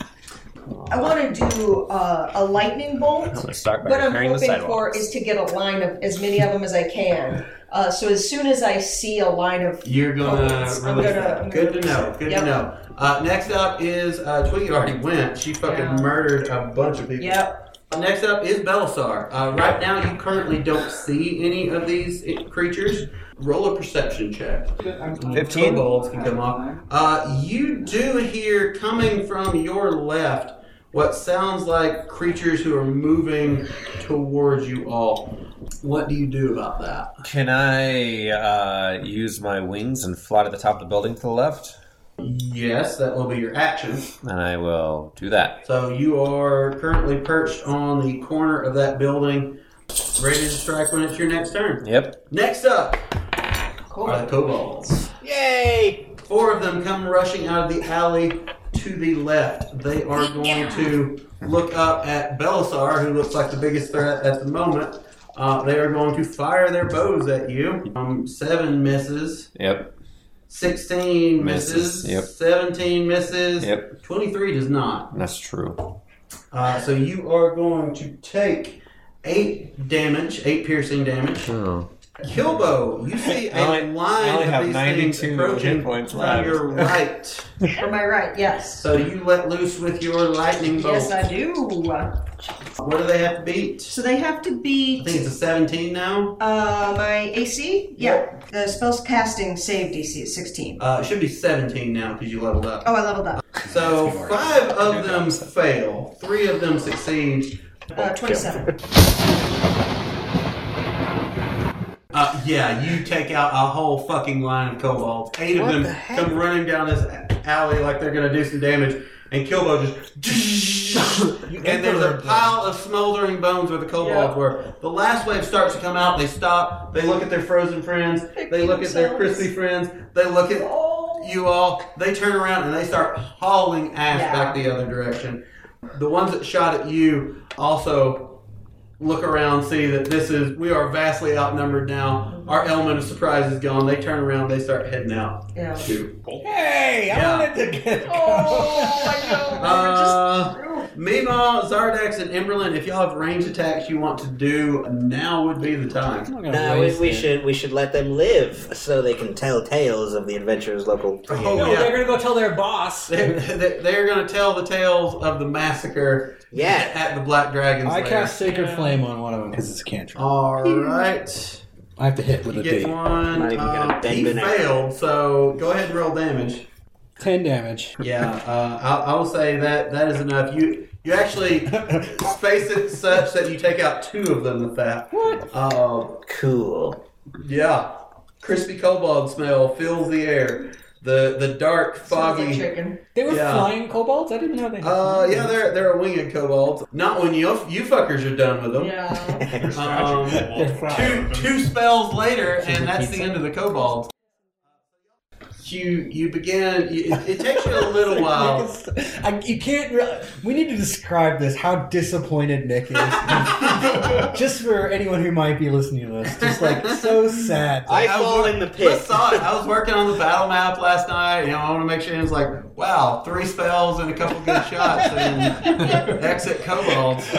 Speaker 5: I want to do uh, a lightning bolt.
Speaker 10: start
Speaker 5: What I'm hoping for is to get a line of as many of them as I can. Uh, so as soon as I see a line of
Speaker 8: You're gonna
Speaker 5: bullets, Oh, I'm
Speaker 8: really
Speaker 5: gonna- I'm
Speaker 8: good
Speaker 5: gonna-
Speaker 8: to know. Good
Speaker 5: Yep.
Speaker 8: to know. Uh, next up is uh, Twiggy already went. She fucking
Speaker 5: Yeah.
Speaker 8: murdered a bunch of people.
Speaker 5: Yep.
Speaker 8: Uh, Next up is Belisar. Uh, right now, you currently don't see any of these i- creatures. Roll a perception check. Fifteen bolts can come off. Uh, you do hear coming from your left what sounds like creatures who are moving towards you all. What do you do about that?
Speaker 17: Can I uh, use my wings and fly to the top of the building to the left?
Speaker 8: Yes, that will be your action.
Speaker 17: And I will do that.
Speaker 8: So you are currently perched on the corner of that building, ready to strike when it's your next turn.
Speaker 17: Yep.
Speaker 8: Next up are the kobolds. Yay! Four of them come rushing out of the alley to the left. They are going to look up at Belisar, who looks like the biggest threat at the moment. Uh, they are going to fire their bows at you. Um, seven misses.
Speaker 17: Yep.
Speaker 8: 16 misses.
Speaker 17: Misses, yep.
Speaker 8: 17 misses.
Speaker 17: Yep.
Speaker 8: 23 does not.
Speaker 17: That's true.
Speaker 8: Uh, so you are going to take eight damage, eight piercing damage.
Speaker 17: Oh.
Speaker 8: Kilbo, you see a
Speaker 10: I only- I only
Speaker 8: line
Speaker 10: have
Speaker 8: of these things
Speaker 10: 92
Speaker 8: approaching
Speaker 10: hit points
Speaker 8: from
Speaker 10: left.
Speaker 8: your right.
Speaker 5: Am I right? Yes.
Speaker 8: So you let loose with your lightning bolt.
Speaker 5: Yes, I do.
Speaker 8: What do they have to beat?
Speaker 5: So they have to
Speaker 8: I
Speaker 5: beat
Speaker 8: think it's a 17 now.
Speaker 5: uh, my AC. Yeah. The spell's casting save DC is 16.
Speaker 8: Uh, it should be 17 now because you leveled up.
Speaker 5: Oh, I leveled up.
Speaker 8: So five of them fail, three of them succeed.
Speaker 5: Uh, 27.
Speaker 8: Uh, yeah, you take out a whole fucking line of kobolds. Eight
Speaker 5: What
Speaker 8: of
Speaker 5: the
Speaker 8: them come running down this alley like they're gonna do some damage, and Kilbo just. and there's a pile of smoldering bones where the kobolds were. The last wave starts to come out. They stop. They look at their frozen friends. They look at their
Speaker 5: themselves.
Speaker 8: crispy friends. They look at you all. They turn around and they start hauling ass
Speaker 5: Yeah.
Speaker 8: back the other direction. The ones that shot at you also look around, see that this is we are vastly outnumbered now. Our element of surprise is gone. They turn around, they start heading out.
Speaker 5: Yeah.
Speaker 8: Shoot.
Speaker 1: Hey,
Speaker 8: Yeah.
Speaker 1: I wanted to get. Oh,
Speaker 8: Uh, Meemaw, Zardax, and Emberlyn, if y'all have range attacks you want to do, now would be the time.
Speaker 6: No, we, we should we should let them live so they can tell tales of the adventures local.
Speaker 8: Oh,
Speaker 6: no,
Speaker 8: yeah.
Speaker 6: they're
Speaker 8: going to go tell their boss. They're, going to tell the tales of the massacre
Speaker 6: Yeah.
Speaker 8: at the Black Dragon's
Speaker 1: I
Speaker 8: Lair.
Speaker 1: cast Sacred Flame on one of them because it's a cantrip.
Speaker 8: All right.
Speaker 1: I have to hit with
Speaker 8: You
Speaker 1: a
Speaker 8: get
Speaker 1: date.
Speaker 8: one.
Speaker 1: Not even gonna
Speaker 8: uh,
Speaker 1: bend
Speaker 8: he
Speaker 1: an arrow.
Speaker 8: failed, so go ahead and roll damage.
Speaker 1: Ten damage.
Speaker 8: Yeah, uh, I, I will say that that is enough. You you actually space it such that you take out two of them with that. What? Um,
Speaker 6: cool.
Speaker 8: Yeah, crispy kobold smell fills the air. The the dark foggy.
Speaker 1: They were
Speaker 8: Yeah.
Speaker 1: flying kobolds. I didn't know they. had
Speaker 8: Uh,
Speaker 1: flying
Speaker 8: yeah, they're they're a winged kobolds. Not when you you fuckers are done with them. Um, two, two spells later, and that's the end of the kobold. you you begin. It, it takes you a little while.
Speaker 16: I, you can't. Re- we need to describe this. How disappointed Nick is. just for anyone who might be listening to this, just uh, like so sad.
Speaker 8: was wor- I saw it. I was working on the battle map last night. You know, I want to make sure. And it's like, wow, three spells and a couple good shots and exit kobolds.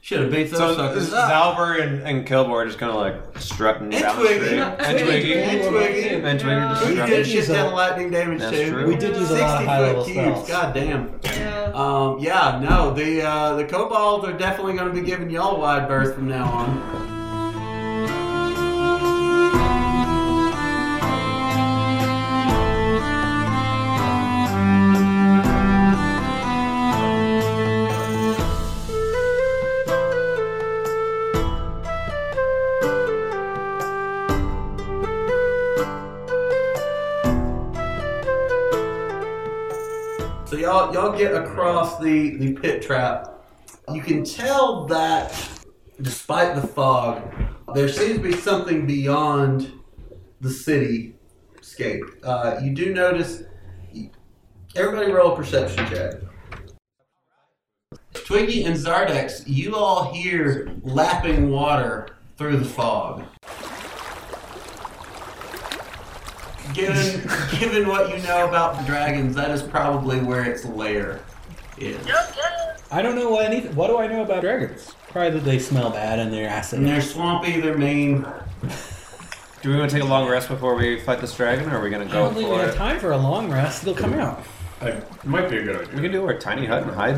Speaker 8: Should have beat those
Speaker 10: so
Speaker 8: suckers up.
Speaker 10: Zalber and, and Kilgore are just kind of like strutting
Speaker 8: And
Speaker 10: down
Speaker 8: Twiggy.
Speaker 10: the street. And Twiggy.
Speaker 8: And Twiggy.
Speaker 10: And Twiggy just
Speaker 8: We
Speaker 10: strutting.
Speaker 8: did shit ton of lightning damage
Speaker 10: That's
Speaker 8: too.
Speaker 10: true. We did use a lot of
Speaker 8: 60
Speaker 10: high-level
Speaker 8: foot cubes.
Speaker 10: spells.
Speaker 8: God damn. Yeah. Um, yeah. No. The uh, the kobolds are definitely going to be giving y'all wide berth from now on. So y'all y'all get across the the pit trap. You can tell that despite the fog, there seems to be something beyond the city scape. Uh, you do notice. Everybody roll a perception check. Twiggy and Zardex, you all hear lapping water through the fog. Given, given what you know about the dragons, that is probably where its lair is.
Speaker 1: I don't know what anything. What do I know about dragons? Probably that they smell bad and they're acid.
Speaker 8: And they're swampy, they're mean.
Speaker 10: Do we want to take a long rest before we fight this dragon, or are we going to
Speaker 1: I
Speaker 10: go
Speaker 1: don't think we
Speaker 10: for
Speaker 1: have
Speaker 10: it?
Speaker 1: time for a long rest. They'll come out.
Speaker 10: It might be a good idea. We can do our tiny hut and hide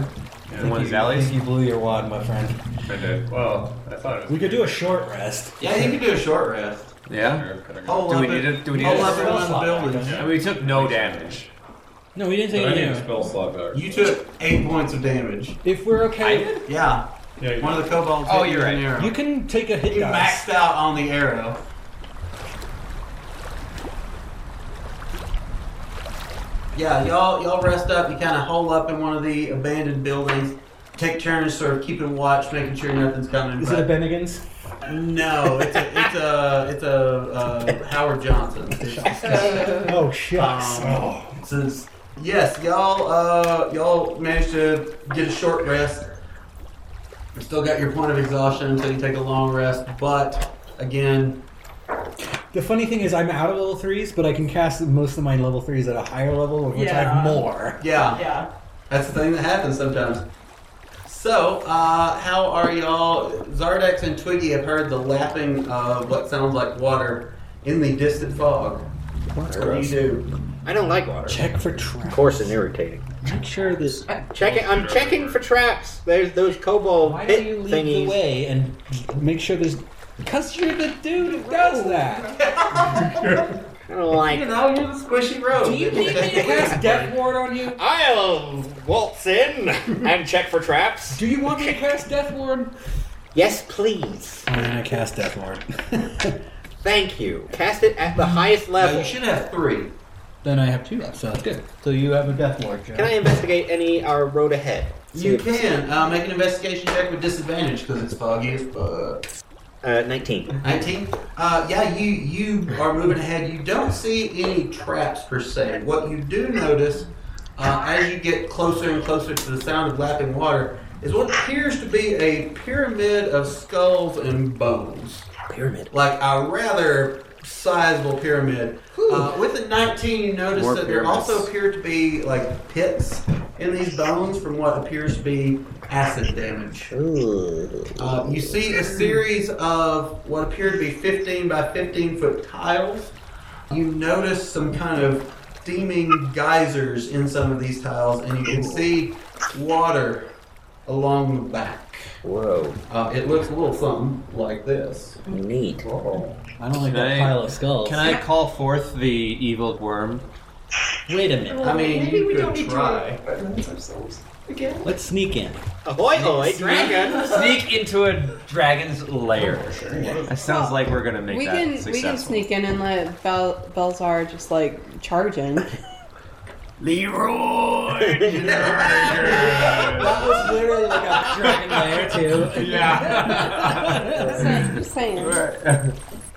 Speaker 10: in one of these alleys.
Speaker 16: You blew your wad, my friend.
Speaker 10: I did. Well, I thought
Speaker 1: We could do a short rest.
Speaker 8: Yeah, you can do a short rest.
Speaker 10: Yeah.
Speaker 8: Hole
Speaker 10: do we
Speaker 8: up
Speaker 10: need
Speaker 8: it-
Speaker 10: it? Do we need
Speaker 8: hole
Speaker 10: it?
Speaker 8: up it on the building.
Speaker 10: And we took no damage.
Speaker 1: No, we didn't take any damage.
Speaker 8: You took eight points of damage.
Speaker 1: If we're okay,
Speaker 8: Yeah. One of the kobolds.
Speaker 1: Oh,
Speaker 8: hit
Speaker 1: you're
Speaker 8: you with an
Speaker 1: right.
Speaker 8: arrow.
Speaker 1: You can take a hit
Speaker 8: You
Speaker 1: dice.
Speaker 8: maxed out on the arrow. Yeah, y'all y'all rest up. You kind of hole up in one of the abandoned buildings. Take turns, sort of keeping watch, making sure nothing's coming.
Speaker 16: Is
Speaker 8: but-
Speaker 16: it a Bennigan's?
Speaker 8: No, it's a it's a it's a uh, Howard Johnson.
Speaker 16: oh shucks.
Speaker 8: Um, since yes, y'all uh, y'all managed to get a short rest. You still got your point of exhaustion, so you take a long rest. But again,
Speaker 16: The funny thing is, I'm out of level threes, but I can cast most of my level threes at a higher
Speaker 1: Oh,
Speaker 16: level, which I
Speaker 8: Yeah.
Speaker 16: have more.
Speaker 8: yeah,
Speaker 5: Yeah.
Speaker 8: that's the thing that happens sometimes. So, uh, how are y'all? Zardex and Twiggy have heard the lapping of what sounds like water in the distant fog. What do you do?
Speaker 6: I don't like water.
Speaker 1: Check for traps.
Speaker 6: Of course, and irritating.
Speaker 1: Make sure this.
Speaker 6: Checking. I'm checking for traps. There's those kobold
Speaker 1: Uh, Why do
Speaker 6: pit
Speaker 1: you lead
Speaker 6: thingies.
Speaker 1: the way and make sure there's? Because you're the dude who does that.
Speaker 6: I don't like.
Speaker 8: You know, you're the squishy road.
Speaker 1: Do you need me to cast Death Ward on you?
Speaker 6: I'll waltz in and check for traps.
Speaker 1: Do you want me to cast Death Ward?
Speaker 6: Yes, please.
Speaker 1: I'm gonna cast Death Ward.
Speaker 6: Thank you. Cast it at the highest level.
Speaker 8: you should have three.
Speaker 1: Then I have two, so that's good. So you have a Death Ward, Joe.
Speaker 6: Can I investigate any our road ahead?
Speaker 8: You can uh, make an investigation check with disadvantage because it's foggy as fuck.
Speaker 6: Uh, 19.
Speaker 8: 19 uh, yeah you you are moving ahead you don't see any traps per se what you do notice uh, as you get closer and closer to the sound of lapping water is what appears to be a pyramid of skulls and bones
Speaker 6: pyramid
Speaker 8: like a rather sizable pyramid uh, with the 19 you notice
Speaker 6: More
Speaker 8: that there
Speaker 6: pyramids.
Speaker 8: also appear to be like pits in these bones from what appears to be acid damage
Speaker 6: Ooh.
Speaker 8: uh, you see a series of what appear to be 15 by 15 foot tiles. You notice some kind of steaming geysers in some of these tiles, and you can see water along the back.
Speaker 6: Whoa.
Speaker 8: Uh, it looks a little something like this.
Speaker 6: Neat.
Speaker 1: I don't
Speaker 10: Can
Speaker 1: like that
Speaker 10: I-
Speaker 1: pile of skulls.
Speaker 10: Can I call forth the evil worm?
Speaker 1: Wait a minute.
Speaker 8: I mean,
Speaker 5: Maybe
Speaker 8: you
Speaker 5: we
Speaker 8: could
Speaker 5: don't need to
Speaker 8: try.
Speaker 5: weaponize ourselves again.
Speaker 1: Let's sneak in.
Speaker 6: Ahoy, ahoy, dragon.
Speaker 10: Sneak into a dragon's lair. That sounds like we're gonna make
Speaker 4: we
Speaker 10: that
Speaker 4: can
Speaker 10: successful.
Speaker 4: we can sneak in and let Bel- Belzar just like charge in.
Speaker 10: Leroy.
Speaker 16: That was literally like a dragon lair too.
Speaker 10: yeah.
Speaker 4: That's what I'm saying.
Speaker 10: Right.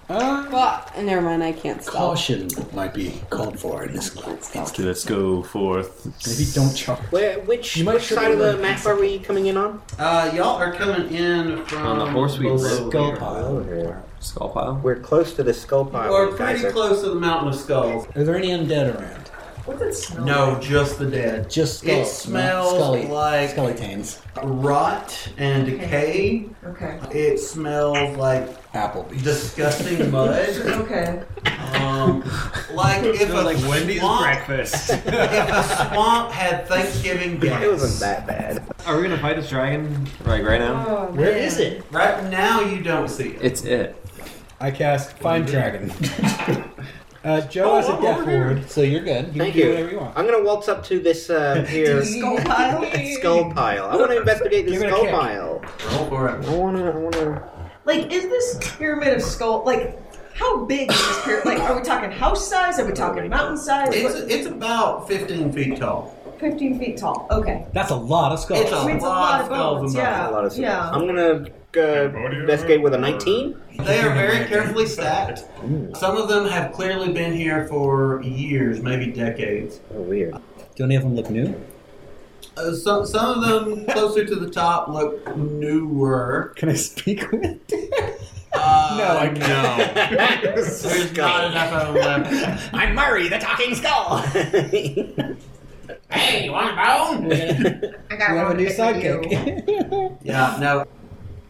Speaker 8: Uh,
Speaker 4: Well, Never mind, I can't spell.
Speaker 28: Caution might be called for in this instance.
Speaker 3: Let's go forth.
Speaker 28: Maybe don't charge.
Speaker 6: Where, which
Speaker 28: You might
Speaker 6: which
Speaker 28: should
Speaker 6: side of the
Speaker 28: learn.
Speaker 6: map are we coming in on?
Speaker 8: Uh, y'all are coming in from
Speaker 6: On the horse we
Speaker 8: below
Speaker 6: rode.
Speaker 8: here.
Speaker 6: Skull pile. We're close to the skull pile.
Speaker 8: We're
Speaker 6: you guys
Speaker 8: pretty
Speaker 6: are.
Speaker 8: close to the mountain of skulls.
Speaker 9: Are there any undead around?
Speaker 5: What's it smell?
Speaker 8: No, just the dead.
Speaker 9: Just
Speaker 8: it
Speaker 9: skulls.
Speaker 8: smells
Speaker 9: no, scully,
Speaker 8: like
Speaker 9: scully tains.
Speaker 8: rot and decay.
Speaker 5: Okay.
Speaker 8: It smells like
Speaker 9: Applebee's.
Speaker 8: Disgusting mud.
Speaker 5: Okay.
Speaker 8: Um, like if a
Speaker 3: like Wendy's
Speaker 8: swamp,
Speaker 3: breakfast.
Speaker 8: if a swamp had Thanksgiving gas.
Speaker 3: It wasn't
Speaker 6: that bad.
Speaker 3: Are we gonna fight this dragon? Like right now.
Speaker 5: Oh,
Speaker 8: Where is it? Right now, you don't see it.
Speaker 3: It's it.
Speaker 16: I cast Find Dragon. uh,
Speaker 8: Oh,
Speaker 16: Joe is a death ward, so you're good. You
Speaker 6: Thank
Speaker 16: can do
Speaker 6: you.
Speaker 16: whatever you want.
Speaker 6: I'm gonna waltz up to this uh, here
Speaker 5: Skull pile?
Speaker 6: skull pile. I want to investigate this
Speaker 5: Give it a
Speaker 6: skull
Speaker 5: kick.
Speaker 6: pile.
Speaker 8: Roll for it.
Speaker 6: I wanna. I wanna.
Speaker 5: Like, is this pyramid of skull like? How big is this pyramid? Like, are we talking house size? Are we talking mountain size?
Speaker 8: It's,
Speaker 5: What-
Speaker 8: it's about 15 feet tall.
Speaker 5: 15 feet tall. Okay.
Speaker 9: That's a lot of
Speaker 8: skulls. It's a
Speaker 5: It's a lot of bones. Yeah. yeah.
Speaker 6: I'm gonna uh, investigate with a 19.
Speaker 8: They are very carefully stacked. Some of them have clearly been here for years, maybe decades.
Speaker 6: Oh, weird.
Speaker 9: Do any of them look new?
Speaker 8: Uh, some, some of them closer to the top look newer.
Speaker 9: Can I speak with?
Speaker 8: Uh,
Speaker 9: No, I
Speaker 8: can't. There's not enough of them left.
Speaker 29: I'm Murray, the talking skull. hey, you want a bone? I got
Speaker 16: We have a new
Speaker 8: Yeah, no.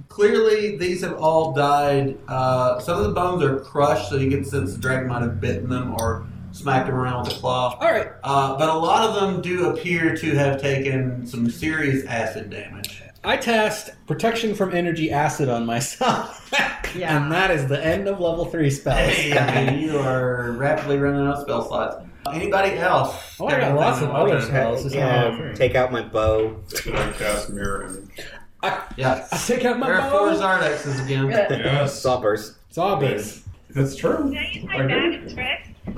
Speaker 8: Clearly, these have all died. Uh, some of the bones are crushed, so you can sense the dragon might have bitten them or smacked them around with a claw. All
Speaker 9: right.
Speaker 8: Uh, but a lot of them do appear to have taken some serious acid damage.
Speaker 9: I test protection from energy acid on myself.
Speaker 5: Yeah.
Speaker 9: And that is the end of level three spells.
Speaker 8: Hey, I mean, you are rapidly running out of spell slots. Anybody else?
Speaker 9: Oh, I got lots of other spells. It's not all
Speaker 6: Yeah,
Speaker 9: three.
Speaker 6: take out my bow.
Speaker 26: cast mirror image.
Speaker 8: Yeah.
Speaker 9: I take out my
Speaker 8: There are four
Speaker 9: bow.
Speaker 8: Zardexes again.
Speaker 26: Yes.
Speaker 6: Sawburst.
Speaker 9: Sawburst.
Speaker 26: That's true. I do.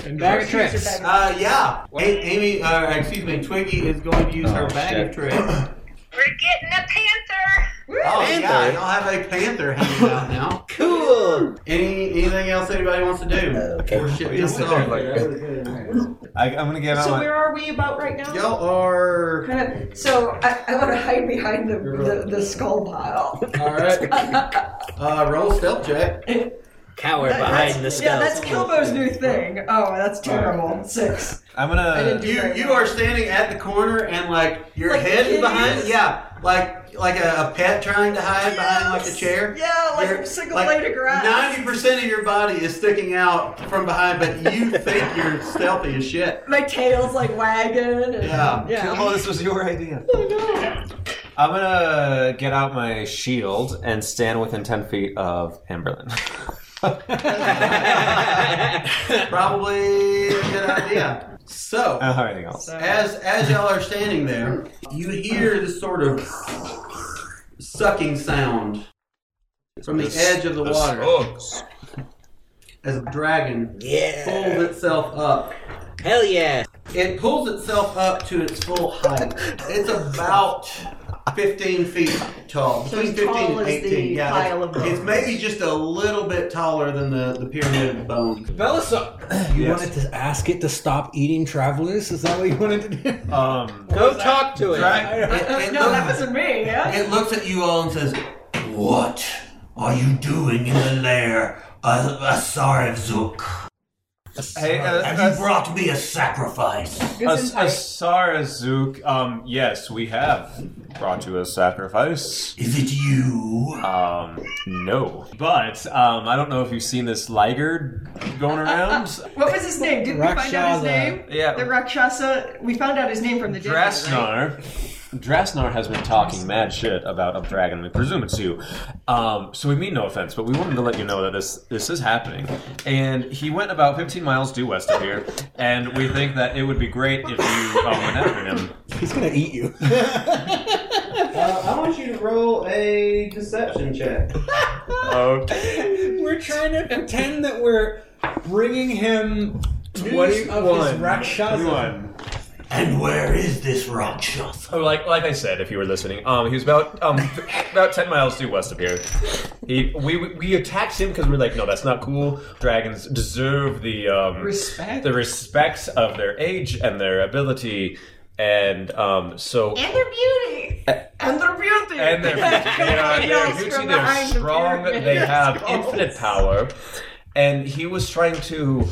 Speaker 8: And
Speaker 26: bag of tricks.
Speaker 8: Uh, yeah. A- Amy, uh, excuse me, Twiggy is going
Speaker 10: Oh,
Speaker 8: to use her bag of tricks.
Speaker 15: We're getting a panther.
Speaker 8: Oh yeah,
Speaker 6: Panther.
Speaker 8: y'all have a panther hanging out now.
Speaker 6: cool.
Speaker 8: Any anything else anybody wants to do? Or shit, just off.
Speaker 10: I, I'm gonna give out
Speaker 5: So
Speaker 10: my.
Speaker 5: where are we about right now?
Speaker 8: Y'all are
Speaker 5: Kind of. So I, I want to hide behind the, the, the skull pile.
Speaker 8: all right. Uh, roll stealth check.
Speaker 6: Cower
Speaker 5: That-
Speaker 6: behind the
Speaker 5: that's-
Speaker 6: skull.
Speaker 5: Yeah, that's Kilbo's new thing. Oh, that's terrible. Six.
Speaker 10: I'm gonna.
Speaker 8: you you are standing at the corner and like your
Speaker 5: Like
Speaker 8: head
Speaker 5: kitties?
Speaker 8: is behind. Yeah, like like a, a pet trying to hide behind like a chair.
Speaker 5: Yeah, like a single blade of grass.
Speaker 8: Ninety percent of your body is sticking out from behind, but you think you're stealthy as shit.
Speaker 5: My tail's like wagging. And,
Speaker 8: Yeah.
Speaker 10: Oh, this was your idea.
Speaker 3: I'm gonna get out my shield and stand within ten feet of Amberlin.
Speaker 8: Probably a good idea. So,
Speaker 3: Uh, everything else.
Speaker 8: as as y'all are standing there, you hear this sort of sucking sound from the edge of the water as a dragon
Speaker 6: Yeah.
Speaker 8: pulls itself up.
Speaker 6: Hell yeah.
Speaker 8: It pulls itself up to its full height. It's about 15 feet tall.
Speaker 5: So
Speaker 8: Between
Speaker 5: as tall
Speaker 8: 15 and
Speaker 5: as the
Speaker 8: 18. yeah, it's-
Speaker 5: pile of
Speaker 8: it's maybe just a little bit taller than the, the pyramid of bones.
Speaker 9: You wanted to ask it to stop eating travelers? Is that what you wanted to do?
Speaker 3: Um,
Speaker 6: Go talk to it.
Speaker 8: It, it
Speaker 5: No,
Speaker 8: looks-
Speaker 5: that wasn't me. Yeah.
Speaker 8: It looks at you all and says, What are you doing in the lair, a- a Sarevzuk?
Speaker 3: Hey, uh,
Speaker 8: Have you brought me a sacrifice?
Speaker 3: As- Asarazuk, um, yes, we have brought you a sacrifice.
Speaker 8: Is it you?
Speaker 3: Um, no. But, um, I don't know if you've seen this ligard going around.
Speaker 5: What was his name? Didn't we find out
Speaker 3: Rakshasa.
Speaker 5: his name?
Speaker 3: Yeah.
Speaker 5: The Rakshasa. We found out his name from the dead. Right?
Speaker 3: Drasnar. Drasnar has been talking mad shit about a dragon. We presume it's you. Um, so we mean no offense, but we wanted to let you know that this this is happening. And he went about 15 miles due west of here, and we think that it would be great if you uh, went after him.
Speaker 9: He's gonna eat you.
Speaker 8: Uh, I want you to roll a deception check.
Speaker 9: we're trying to pretend that we're bringing him news of his Rakshasa.
Speaker 8: And where is this Rakshas?
Speaker 3: Oh, like like I said, if you were listening, um, he was about um about ten miles due west of here. He, we we attacked him because we are like, no, that's not cool. Dragons deserve the um
Speaker 5: Respect.
Speaker 3: the respect of their age and their ability, and um, so
Speaker 29: And their beauty. And their beauty.
Speaker 3: and their beauty. They are, they are
Speaker 29: Yes,
Speaker 3: beauty,
Speaker 29: from
Speaker 3: They're
Speaker 29: behind the
Speaker 3: strong.
Speaker 29: pyramid.
Speaker 3: They have
Speaker 29: Yes,
Speaker 3: infinite power. And he was trying to.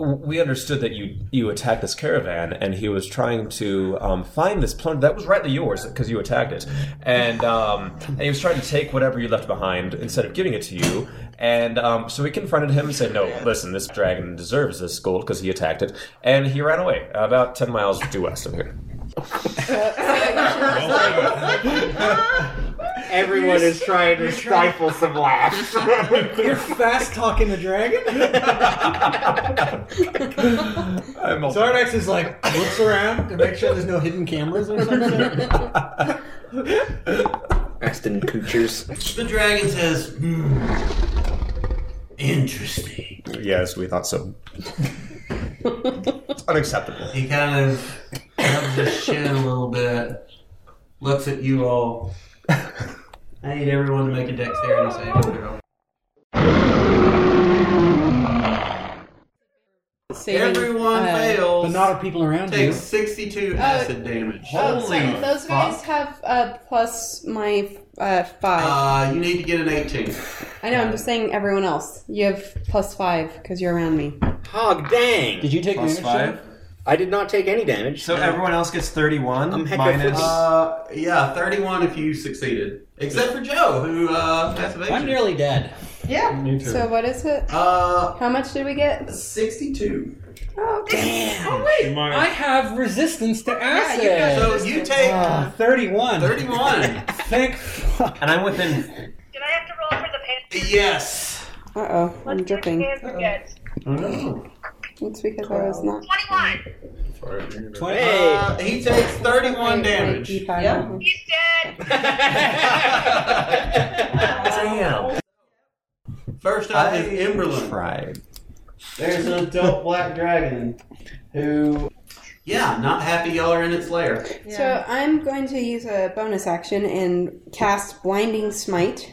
Speaker 3: We understood that you you attacked this caravan, and he was trying to um, find this plunder that was rightly yours because you attacked it, and um, and he was trying to take whatever you left behind instead of giving it to you. And um, so we confronted him and said, "No, listen, this dragon deserves this gold because he attacked it," and he ran away about ten miles due west of here.
Speaker 5: Everyone is trying to stifle
Speaker 16: some laughs. You're fast talking the dragon. Oh. Zardex is like looks around to make sure there's no hidden cameras or something.
Speaker 6: Aston Kutcher's.
Speaker 8: The dragon says, hmm, interesting.
Speaker 3: Yes, we thought so. it's unacceptable.
Speaker 8: He kind of rubs his chin a little bit, looks at you all. I need everyone to make a dexterity saving throw. Everyone
Speaker 4: uh,
Speaker 8: fails.
Speaker 4: but not are people around
Speaker 8: Takes
Speaker 4: you.
Speaker 8: 62
Speaker 4: Oh,
Speaker 8: acid damage.
Speaker 4: Oh, sorry, those guys have uh, plus my uh, five.
Speaker 8: Uh, you need to get an 18.
Speaker 4: I know. I'm just saying everyone else. You have plus five because you're around me.
Speaker 6: Hog dang!
Speaker 4: Did you take
Speaker 6: Plus
Speaker 4: damage,
Speaker 6: I did not take any damage.
Speaker 17: So everyone else gets 31
Speaker 6: I'm heck
Speaker 17: minus.
Speaker 8: Uh, yeah, 31 if you succeeded. Except for Joe, who, uh, activation.
Speaker 4: I'm nearly
Speaker 8: dead.
Speaker 4: Yeah.
Speaker 8: Me
Speaker 4: So what is it?
Speaker 8: Uh,
Speaker 4: How much did we get?
Speaker 8: Sixty-two.
Speaker 4: Oh damn!
Speaker 8: Oh wait,
Speaker 1: I have resistance to acid.
Speaker 8: so you take
Speaker 1: Ah, 31.
Speaker 8: 31.
Speaker 1: Thank fuck.
Speaker 17: And I'm within.
Speaker 8: Yes.
Speaker 4: Uh oh, I'm dripping. It's because I was not.
Speaker 8: Uh, he takes 31 damage.
Speaker 4: E Yeah.
Speaker 8: He's dead. Damn. First up is Emberlin.
Speaker 17: Tried.
Speaker 8: There's an adult black dragon who. Yeah, not happy y'all are in its lair.
Speaker 4: So I'm going to use a bonus action and cast Blinding Smite,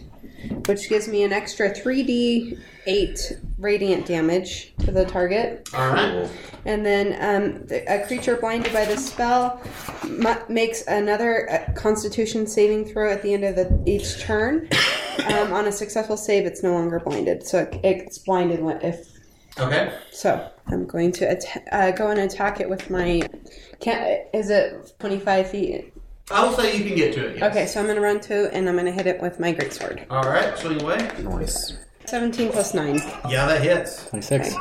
Speaker 4: which gives me an extra 3d8 radiant damage to the target.
Speaker 8: Alright.
Speaker 4: And then um, the, a creature blinded by the spell mu makes another uh, Constitution saving throw at the end of the, each turn. Um, on a successful save, it's no longer blinded, so it, it's blinded when- if
Speaker 8: Okay.
Speaker 4: so I'm going to atta- uh, go and attack it with my. Can is it 25 feet?
Speaker 8: I will say you can get to it. Yes.
Speaker 4: Okay, so I'm going to run two and I'm going to hit it with my greatsword.
Speaker 8: Alright, swing away. Nice.
Speaker 4: 17 plus 9.
Speaker 8: Yeah, that hits. 26.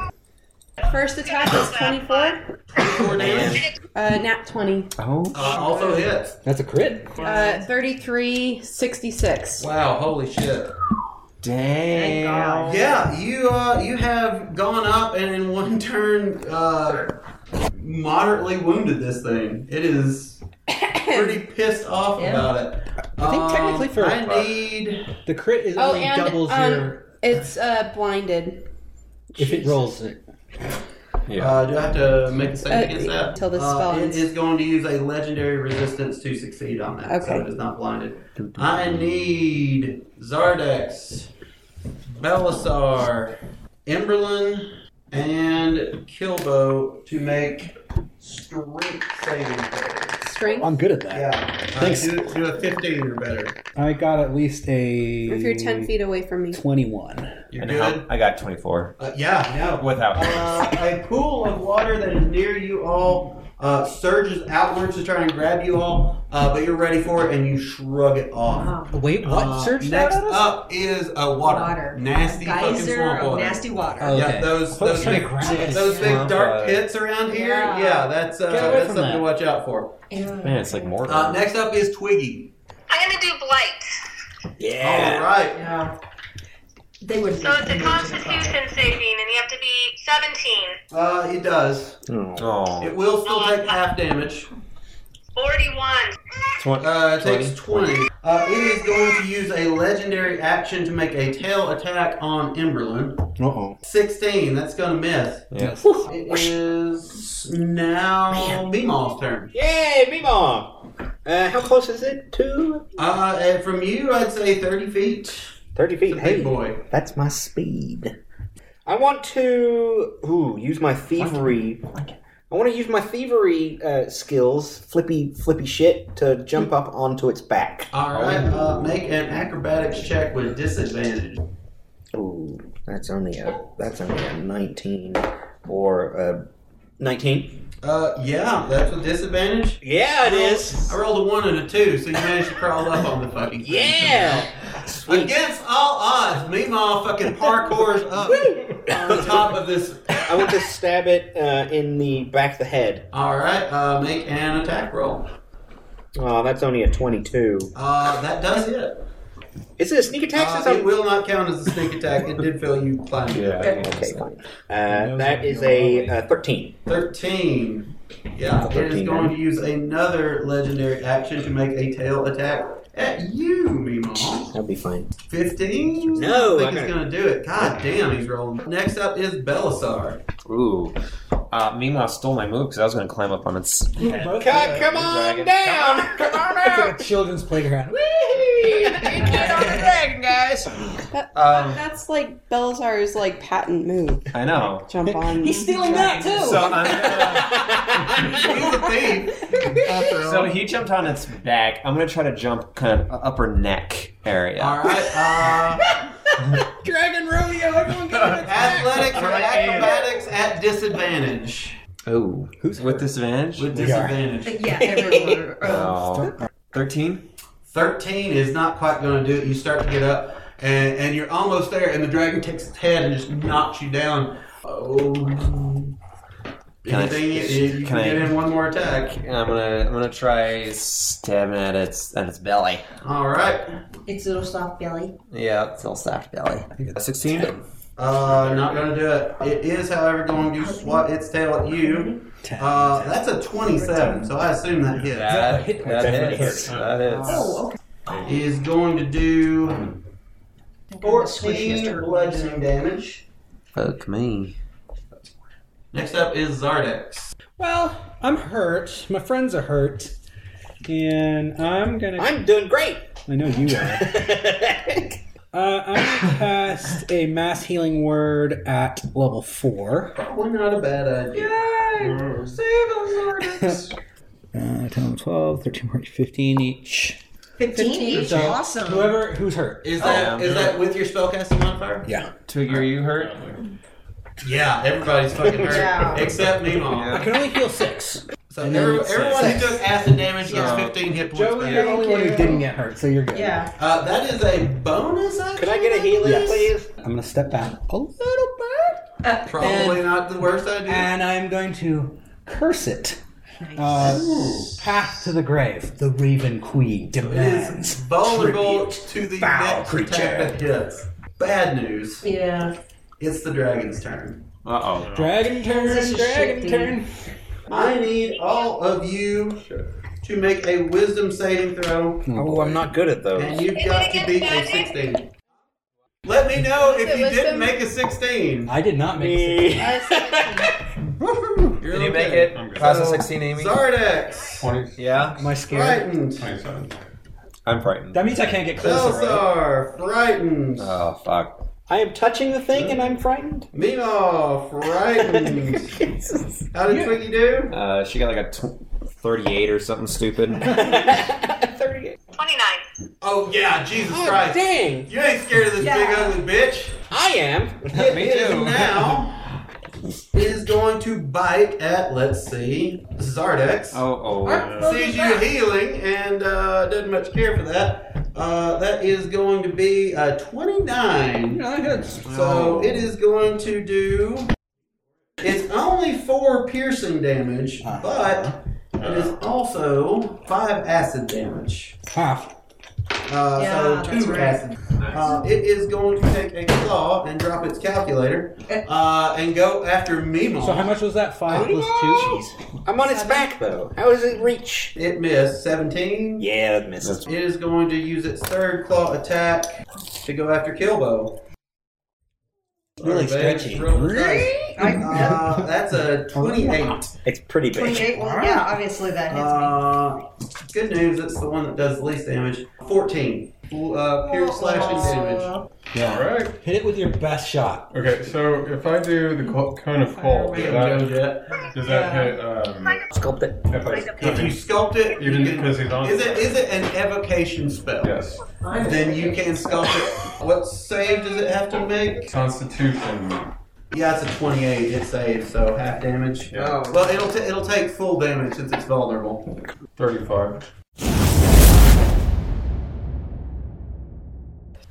Speaker 4: First attack is 24.
Speaker 8: 24 damage.
Speaker 4: Uh, nat 20.
Speaker 8: Oh. Uh, also hits.
Speaker 1: That's a crit.
Speaker 4: Uh, 33, 66.
Speaker 8: Wow, holy shit.
Speaker 17: Damn.
Speaker 8: Yeah, you uh, you have gone up and in one turn uh, moderately wounded this thing. It is pretty pissed off
Speaker 1: Yeah.
Speaker 8: about it. Um,
Speaker 1: I think technically for-
Speaker 8: I need
Speaker 1: The crit is
Speaker 4: Oh,
Speaker 1: only
Speaker 4: and
Speaker 1: doubles
Speaker 4: um,
Speaker 1: your
Speaker 4: it's uh, blinded.
Speaker 1: if it rolls it.
Speaker 8: Uh, do I have to make a save
Speaker 4: Uh,
Speaker 8: against that?
Speaker 4: till this
Speaker 8: Uh,
Speaker 4: spell
Speaker 8: it
Speaker 4: ends.
Speaker 8: is going to use a legendary resistance to succeed on that, so
Speaker 4: Okay.
Speaker 8: it is not blinded. I need Zardex, Belisar, Emberlin, and Kilbo to make strength saving throws.
Speaker 4: Strength?
Speaker 1: I'm good at that.
Speaker 8: Yeah.
Speaker 1: Thanks.
Speaker 8: Uh, do, do a 15 or better.
Speaker 1: I got at least a.
Speaker 4: If you're 10 feet away from me.
Speaker 1: 21.
Speaker 8: You're
Speaker 17: And
Speaker 8: good.
Speaker 17: how- I got 24.
Speaker 8: Uh, yeah, no.
Speaker 17: Without.
Speaker 8: Uh, a pool of water that is near you all uh, surges outwards to try and grab you all, uh, but you're ready for it and you shrug it
Speaker 1: Oh,
Speaker 8: off.
Speaker 1: Wait, what?
Speaker 8: Uh,
Speaker 1: Surged
Speaker 8: next
Speaker 1: out at us?
Speaker 8: up is uh, water.
Speaker 1: Water.
Speaker 8: Nasty fucking
Speaker 1: Geyser
Speaker 8: swamp
Speaker 1: of
Speaker 8: water.
Speaker 1: nasty
Speaker 5: water.
Speaker 1: Oh,
Speaker 8: yeah,
Speaker 1: okay.
Speaker 8: those
Speaker 1: What
Speaker 8: those
Speaker 1: sort
Speaker 8: big,
Speaker 1: of crap is
Speaker 8: those big
Speaker 1: swamp
Speaker 8: dark
Speaker 1: water?
Speaker 8: pits around here.
Speaker 1: Yeah.
Speaker 8: Yeah, that's uh,
Speaker 1: Get away
Speaker 8: that's
Speaker 1: from
Speaker 8: something
Speaker 1: that.
Speaker 8: to watch out for.
Speaker 17: Man, it's like more.
Speaker 8: Uh, next up is Twiggy.
Speaker 15: I'm gonna do blight.
Speaker 8: All right.
Speaker 5: Yeah. They would.
Speaker 15: So it's a Constitution saving, and you have to be 17.
Speaker 8: Uh, it does.
Speaker 17: Oh.
Speaker 8: It will still take half damage.
Speaker 15: 41.
Speaker 8: Uh, it takes 20. Uh, it is going to use a legendary action to make a tail attack on Emberlin.
Speaker 9: Uh oh.
Speaker 8: 16, that's going to miss.
Speaker 9: Yes.
Speaker 8: It is now Beemaw's turn.
Speaker 6: Yay, Meemaw! Uh, how close is it to?
Speaker 8: Uh, and from you, I'd say 30 feet.
Speaker 6: 30 feet,
Speaker 8: It's a big
Speaker 6: hey.
Speaker 8: boy.
Speaker 6: That's my speed. I want to ooh, use my thievery. I want to use my thievery uh, skills, flippy flippy shit, to jump up onto its back.
Speaker 8: Alright, uh, make an acrobatics check with disadvantage.
Speaker 6: Ooh, that's only a that's only a nineteen or a nineteen.
Speaker 8: Uh, yeah, that's with disadvantage.
Speaker 6: Yeah, it
Speaker 8: I rolled-
Speaker 6: is.
Speaker 8: I rolled a one and a two, so you managed to crawl up on the fucking. Thing.
Speaker 6: Yeah.
Speaker 8: Against all odds, meanwhile, fucking parkours up on the top of this.
Speaker 6: I want to stab it uh, in the back of the head.
Speaker 8: All right, uh, make an attack roll.
Speaker 6: Oh, that's only a twenty-two.
Speaker 8: Uh, that does hit.
Speaker 6: Is it a sneak attack?
Speaker 8: Uh, it will not count as a sneak attack. It did fail you climbing.
Speaker 6: Okay, fine. Uh, that is a uh, thirteen.
Speaker 8: Thirteen. Yeah, it is
Speaker 6: 13,
Speaker 8: going
Speaker 6: right?
Speaker 8: to use another legendary action to make a tail attack at you, Meemaw.
Speaker 6: That'll be fine.
Speaker 8: 15?
Speaker 6: No,
Speaker 8: I
Speaker 6: I
Speaker 8: think he's
Speaker 6: gotta-
Speaker 8: going to do it. God damn, he's rolling. Next up is Belisar.
Speaker 3: Ooh. Uh, meanwhile, I stole my move because I was going to climb up on its.
Speaker 6: Come, come on down! Uh, Come on out!
Speaker 1: It's a children's playground.
Speaker 6: dragon, guys.
Speaker 4: That,
Speaker 3: Um,
Speaker 4: that's like Belzar's like patent move.
Speaker 3: I know.
Speaker 4: Jump on.
Speaker 29: He's stealing that, too.
Speaker 3: So I'm
Speaker 8: After
Speaker 3: so he jumped on its back. I'm gonna try to jump kind of upper neck area.
Speaker 8: All right. Uh,
Speaker 29: Dragon rodeo, everyone get on
Speaker 8: athletics or acrobatics at disadvantage.
Speaker 3: Oh, who's with disadvantage?
Speaker 8: With disadvantage.
Speaker 29: Yeah, everyone.
Speaker 3: Oh. Thirteen.
Speaker 8: 13 is not quite going to do it. You start to get up, and, and you're almost there, and the dragon takes its head and just knocks you down. Oh.
Speaker 3: Can I-
Speaker 8: Anything, you, you
Speaker 3: can
Speaker 8: can,
Speaker 3: I-
Speaker 8: get in one more attack.
Speaker 3: And I'm gonna I'm gonna try stabbing at its at its belly.
Speaker 8: All right.
Speaker 29: It's little soft belly.
Speaker 3: Yeah, it's all soft belly. Sixteen.
Speaker 8: Uh, not gonna do it. It is, however, going to swat its tail at you. Uh, that's a 27, so I assume that hits.
Speaker 3: That, that hits. That hits.
Speaker 8: Is going to do 14 bludgeoning damage.
Speaker 3: Fuck me.
Speaker 8: Next up is Zardex.
Speaker 1: Well, I'm hurt. My friends are hurt. And I'm gonna.
Speaker 6: I'm doing great!
Speaker 1: I know you are. uh, I'm gonna cast a mass healing word at level four.
Speaker 8: Probably not a bad idea. Mm. Yay! Save us, Zardex!
Speaker 1: Uh, 10, 12, 13, 14, 15 each.
Speaker 29: 15 each?
Speaker 1: So
Speaker 29: Awesome.
Speaker 1: Whoever who's hurt.
Speaker 8: Is that is that with your spellcasting modifier?
Speaker 1: Yeah.
Speaker 3: Twiggy, are you hurt?
Speaker 8: Yeah, everybody's fucking hurt
Speaker 29: Yeah.
Speaker 8: except Nemo.
Speaker 1: I can only heal six.
Speaker 8: So
Speaker 1: And then
Speaker 8: every,
Speaker 1: it's
Speaker 8: everyone who
Speaker 1: six.
Speaker 8: took acid damage gets
Speaker 1: So,
Speaker 8: 15 hit points.
Speaker 1: Joey,
Speaker 8: back.
Speaker 1: you're the only one who didn't get hurt, so you're good.
Speaker 29: Yeah.
Speaker 8: Uh, that is a bonus action. Could I get a
Speaker 6: healing,
Speaker 1: Yes.
Speaker 6: please?
Speaker 1: I'm gonna step back a little
Speaker 29: bit.
Speaker 8: Probably not the worst idea.
Speaker 1: And I'm going to curse it. Uh, path to the grave. The Raven Queen demands.
Speaker 8: Vulnerable
Speaker 1: tribute.
Speaker 8: to the
Speaker 1: Foul
Speaker 8: next attack that hits. Bad news.
Speaker 29: Yeah.
Speaker 8: It's the dragon's turn.
Speaker 3: Uh oh.
Speaker 1: Dragon turn,
Speaker 29: This is
Speaker 1: dragon
Speaker 29: shit,
Speaker 1: turn.
Speaker 8: I need all of you to make a wisdom saving throw,
Speaker 6: Oh, I'm not good at those.
Speaker 8: and you've got to beat a 16. Let me know if you didn't make a 16.
Speaker 1: I did not make a success.
Speaker 8: You're
Speaker 3: Did you make
Speaker 8: okay.
Speaker 3: it? Class
Speaker 1: Oh,
Speaker 3: of 16, Amy?
Speaker 8: Zardex!
Speaker 3: Yeah?
Speaker 1: Am I scared?
Speaker 8: Frightened.
Speaker 3: I'm frightened.
Speaker 1: That means I can't get closer. Right?
Speaker 8: Belsar, frightened.
Speaker 3: Oh, fuck.
Speaker 6: I am touching the thing and I'm frightened.
Speaker 8: Mimo, frightened. How did Twiggy do?
Speaker 3: Uh, she got like a tw 38 or something stupid.
Speaker 8: Oh, yeah, Jesus Christ.
Speaker 6: Dang!
Speaker 8: You ain't scared of this
Speaker 29: Yeah.
Speaker 8: big ugly bitch.
Speaker 6: I am!
Speaker 8: It is now is going to bite at, let's see, Zardex.
Speaker 3: Oh, oh.
Speaker 8: Sees you healing and uh, doesn't much care for that. Uh, that is going to be uh, 29. So it is going to do. It's only four piercing damage, but it is also five acid damage.
Speaker 1: Half.
Speaker 8: Uh,
Speaker 5: Yeah,
Speaker 8: so
Speaker 5: that's
Speaker 8: two
Speaker 5: right.
Speaker 8: acid. Uh, it is going to take a claw and drop its calculator uh, and go after Mimo.
Speaker 1: So how much was that? Five plus two.
Speaker 8: I'm on its back though. How does it reach? It missed. 17? Yeah, it misses. It is going to use its third claw attack to go after Killbow.
Speaker 9: Really
Speaker 8: Alright,
Speaker 9: stretchy. Oh,
Speaker 8: roll the dice. Uh, that's a 28.
Speaker 6: It's pretty big.
Speaker 29: 28? Well, yeah, obviously that hits
Speaker 8: Uh, good news, it's the one that does the least damage. 14. Full, Uh, pure
Speaker 5: Oh.
Speaker 8: slashing damage.
Speaker 26: Yeah. All right.
Speaker 1: Hit it with your best shot.
Speaker 26: Okay, so if I do the cl- cone of cold, does that, does that hit? Um,
Speaker 6: sculpt it.
Speaker 26: If, I,
Speaker 8: If you sculpt it,
Speaker 26: even
Speaker 8: you can-
Speaker 26: because he's on.
Speaker 8: Is it is it an evocation spell?
Speaker 26: Yes.
Speaker 8: Then you can sculpt it. What save does it have to make?
Speaker 26: Constitution.
Speaker 8: Yeah, it's a 28. It saves, so half damage.
Speaker 26: Yeah.
Speaker 8: Oh, well, it'll t- it'll take full damage since it's vulnerable.
Speaker 26: 35.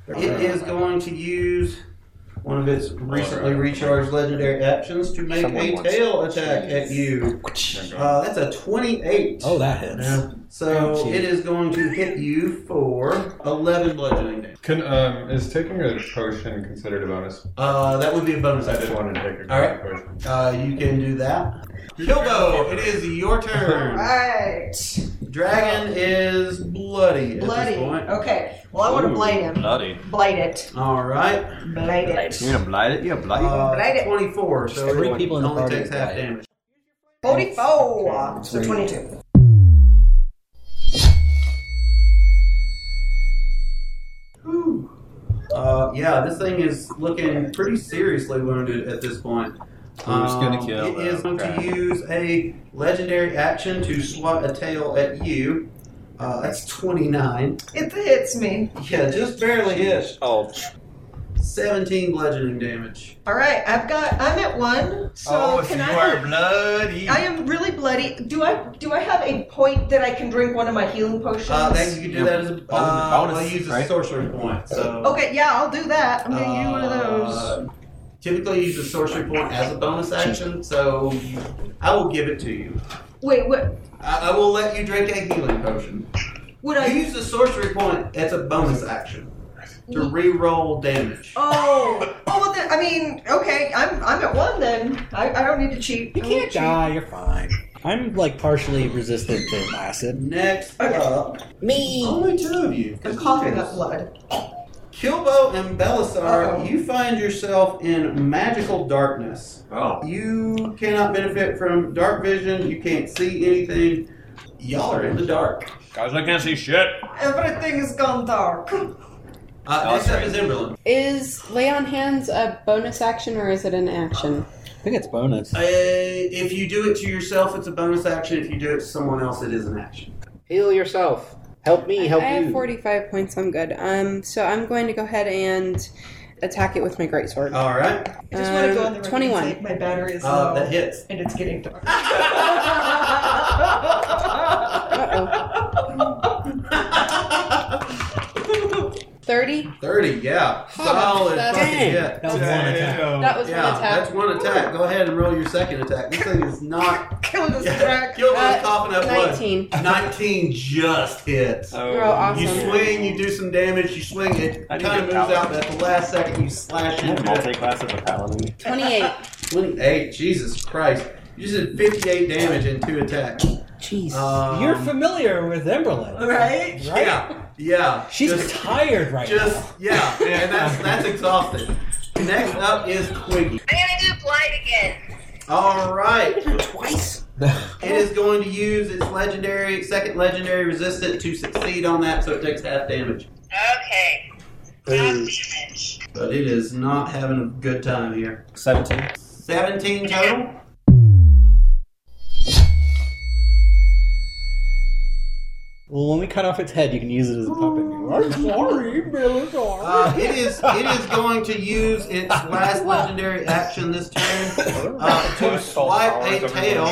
Speaker 8: It is going to use one of its recently recharged legendary actions to make
Speaker 26: Someone
Speaker 8: a
Speaker 26: wants-
Speaker 8: tail attack at you. Uh, that's a 28.
Speaker 1: Oh, that hits.
Speaker 8: So
Speaker 26: Ouchie.
Speaker 8: it is going to hit you for 11 bludgeoning damage.
Speaker 26: Can um is taking a potion considered a bonus?
Speaker 8: Uh, that would be a bonus
Speaker 26: I did
Speaker 8: action.
Speaker 26: want to take a
Speaker 8: All right.
Speaker 26: potion.
Speaker 8: Uh, you can do that. Yobo, it is your turn.
Speaker 29: Right.
Speaker 8: Dragon is bloody. at this
Speaker 29: Bloody.
Speaker 8: point.
Speaker 29: Okay. Well, I want to
Speaker 8: Ooh,
Speaker 29: blight him.
Speaker 8: bloody.
Speaker 29: Blight it.
Speaker 8: All right.
Speaker 29: Blight it.
Speaker 8: gonna blight it? Yeah, blight uh,
Speaker 29: Blight it.
Speaker 8: 24, so
Speaker 1: Three
Speaker 8: it
Speaker 1: people in the
Speaker 8: only
Speaker 1: party
Speaker 8: takes
Speaker 1: are
Speaker 8: half
Speaker 1: blighted.
Speaker 8: damage.
Speaker 29: 44. So 22.
Speaker 8: Uh, yeah, this thing is looking pretty seriously wounded at this point. Um,
Speaker 3: We're just gonna kill
Speaker 8: It
Speaker 3: the
Speaker 8: is going to
Speaker 3: dragon.
Speaker 8: use a legendary action to swat a tail at you. Uh, that's 29.
Speaker 29: It hits me.
Speaker 8: Yeah, just barely hit. Oh. 17 bludgeoning damage.
Speaker 29: All right. I've got. I'm at one. So
Speaker 8: Oh,
Speaker 29: can I?
Speaker 8: bloody.
Speaker 29: I am really bloody. Do I do I have a point that I can drink one of my healing potions?
Speaker 8: Uh, then you can do that as a bonus. Uh, well, you use a sorcery point. So
Speaker 29: Okay, yeah, I'll do that. Oh, I'm gonna use one of those.
Speaker 8: Uh, typically, you use a sorcery point as a bonus action, so you- I will give it to you.
Speaker 29: Wait, what?
Speaker 8: I, I will let you drink a healing potion.
Speaker 29: Would I?
Speaker 8: You use a sorcery point as a bonus action to re-roll damage.
Speaker 29: Oh, oh, well then, I mean, okay, I'm I'm at one then. I, I don't need to cheat. You can't
Speaker 1: Ah, you're fine. I'm like partially resistant to acid.
Speaker 8: Next up,
Speaker 29: Me.
Speaker 8: Only two of you.
Speaker 29: I'm coughing up blood.
Speaker 8: Kilbo and Belisar, you find yourself in magical darkness.
Speaker 3: Oh.
Speaker 8: You cannot benefit from dark vision. You can't see anything. Y'all are in the dark.
Speaker 3: Guys, I can't see shit.
Speaker 29: Everything is gone dark.
Speaker 8: Uh, next up is Emberlyn.
Speaker 4: Is lay on hands a bonus action or is it an action?
Speaker 1: I think it's bonus.
Speaker 8: Uh, if you do it to yourself, it's a bonus action. If you do it to someone else, it is an action.
Speaker 6: Heal yourself. Help me. Help
Speaker 4: I
Speaker 6: you.
Speaker 4: have 45 points. I'm good. Um, so I'm going to go ahead and attack it with my greatsword.
Speaker 8: All right.
Speaker 29: I just want to go
Speaker 4: Um,
Speaker 29: on the record and
Speaker 4: 21.
Speaker 29: say My battery is
Speaker 8: Uh,
Speaker 29: low.
Speaker 8: that hits.
Speaker 29: And it's getting dark.
Speaker 4: Thirty.
Speaker 8: 30, yeah. Solid
Speaker 4: that's-
Speaker 8: fucking
Speaker 4: Dang.
Speaker 8: hit.
Speaker 1: That was one attack.
Speaker 8: Damn.
Speaker 4: That was one
Speaker 8: yeah,
Speaker 4: attack.
Speaker 8: That's one attack. Go ahead and roll your second attack. This thing is not.
Speaker 29: Kill this crack.
Speaker 8: Kilbo's
Speaker 4: Uh,
Speaker 8: coughing up
Speaker 4: nineteen.
Speaker 8: blood. 19 just hits.
Speaker 4: Oh, awesome.
Speaker 8: You swing, you do some damage, you swing it,
Speaker 3: I
Speaker 8: kind
Speaker 3: need
Speaker 8: of
Speaker 3: a
Speaker 8: moves
Speaker 3: paladin.
Speaker 8: out, but at the last second you slash into it.
Speaker 3: Multi-class as a paladin.
Speaker 4: 28.
Speaker 8: 28, Jesus Christ. You just did 58 damage in two attacks.
Speaker 1: Jeez.
Speaker 8: Um,
Speaker 1: You're familiar with Emberlyn.
Speaker 29: Right?
Speaker 8: Yeah, yeah.
Speaker 1: She's
Speaker 8: just,
Speaker 1: tired right now.
Speaker 8: just yeah, and that's that's exhausted. Next up is Quiggy.
Speaker 15: I'm gonna do blight again.
Speaker 8: All right. Twice. it is going to use its legendary second legendary resistant to succeed on that, so it takes half damage.
Speaker 15: Okay.
Speaker 8: But it is not having a good time here.
Speaker 3: 17.
Speaker 8: 17 total.
Speaker 1: Well, when we cut off its head, you can use it as a puppet. I'm sorry, Belisar.
Speaker 8: Uh, it is it is going to use its last legendary action this turn uh, to swipe a tail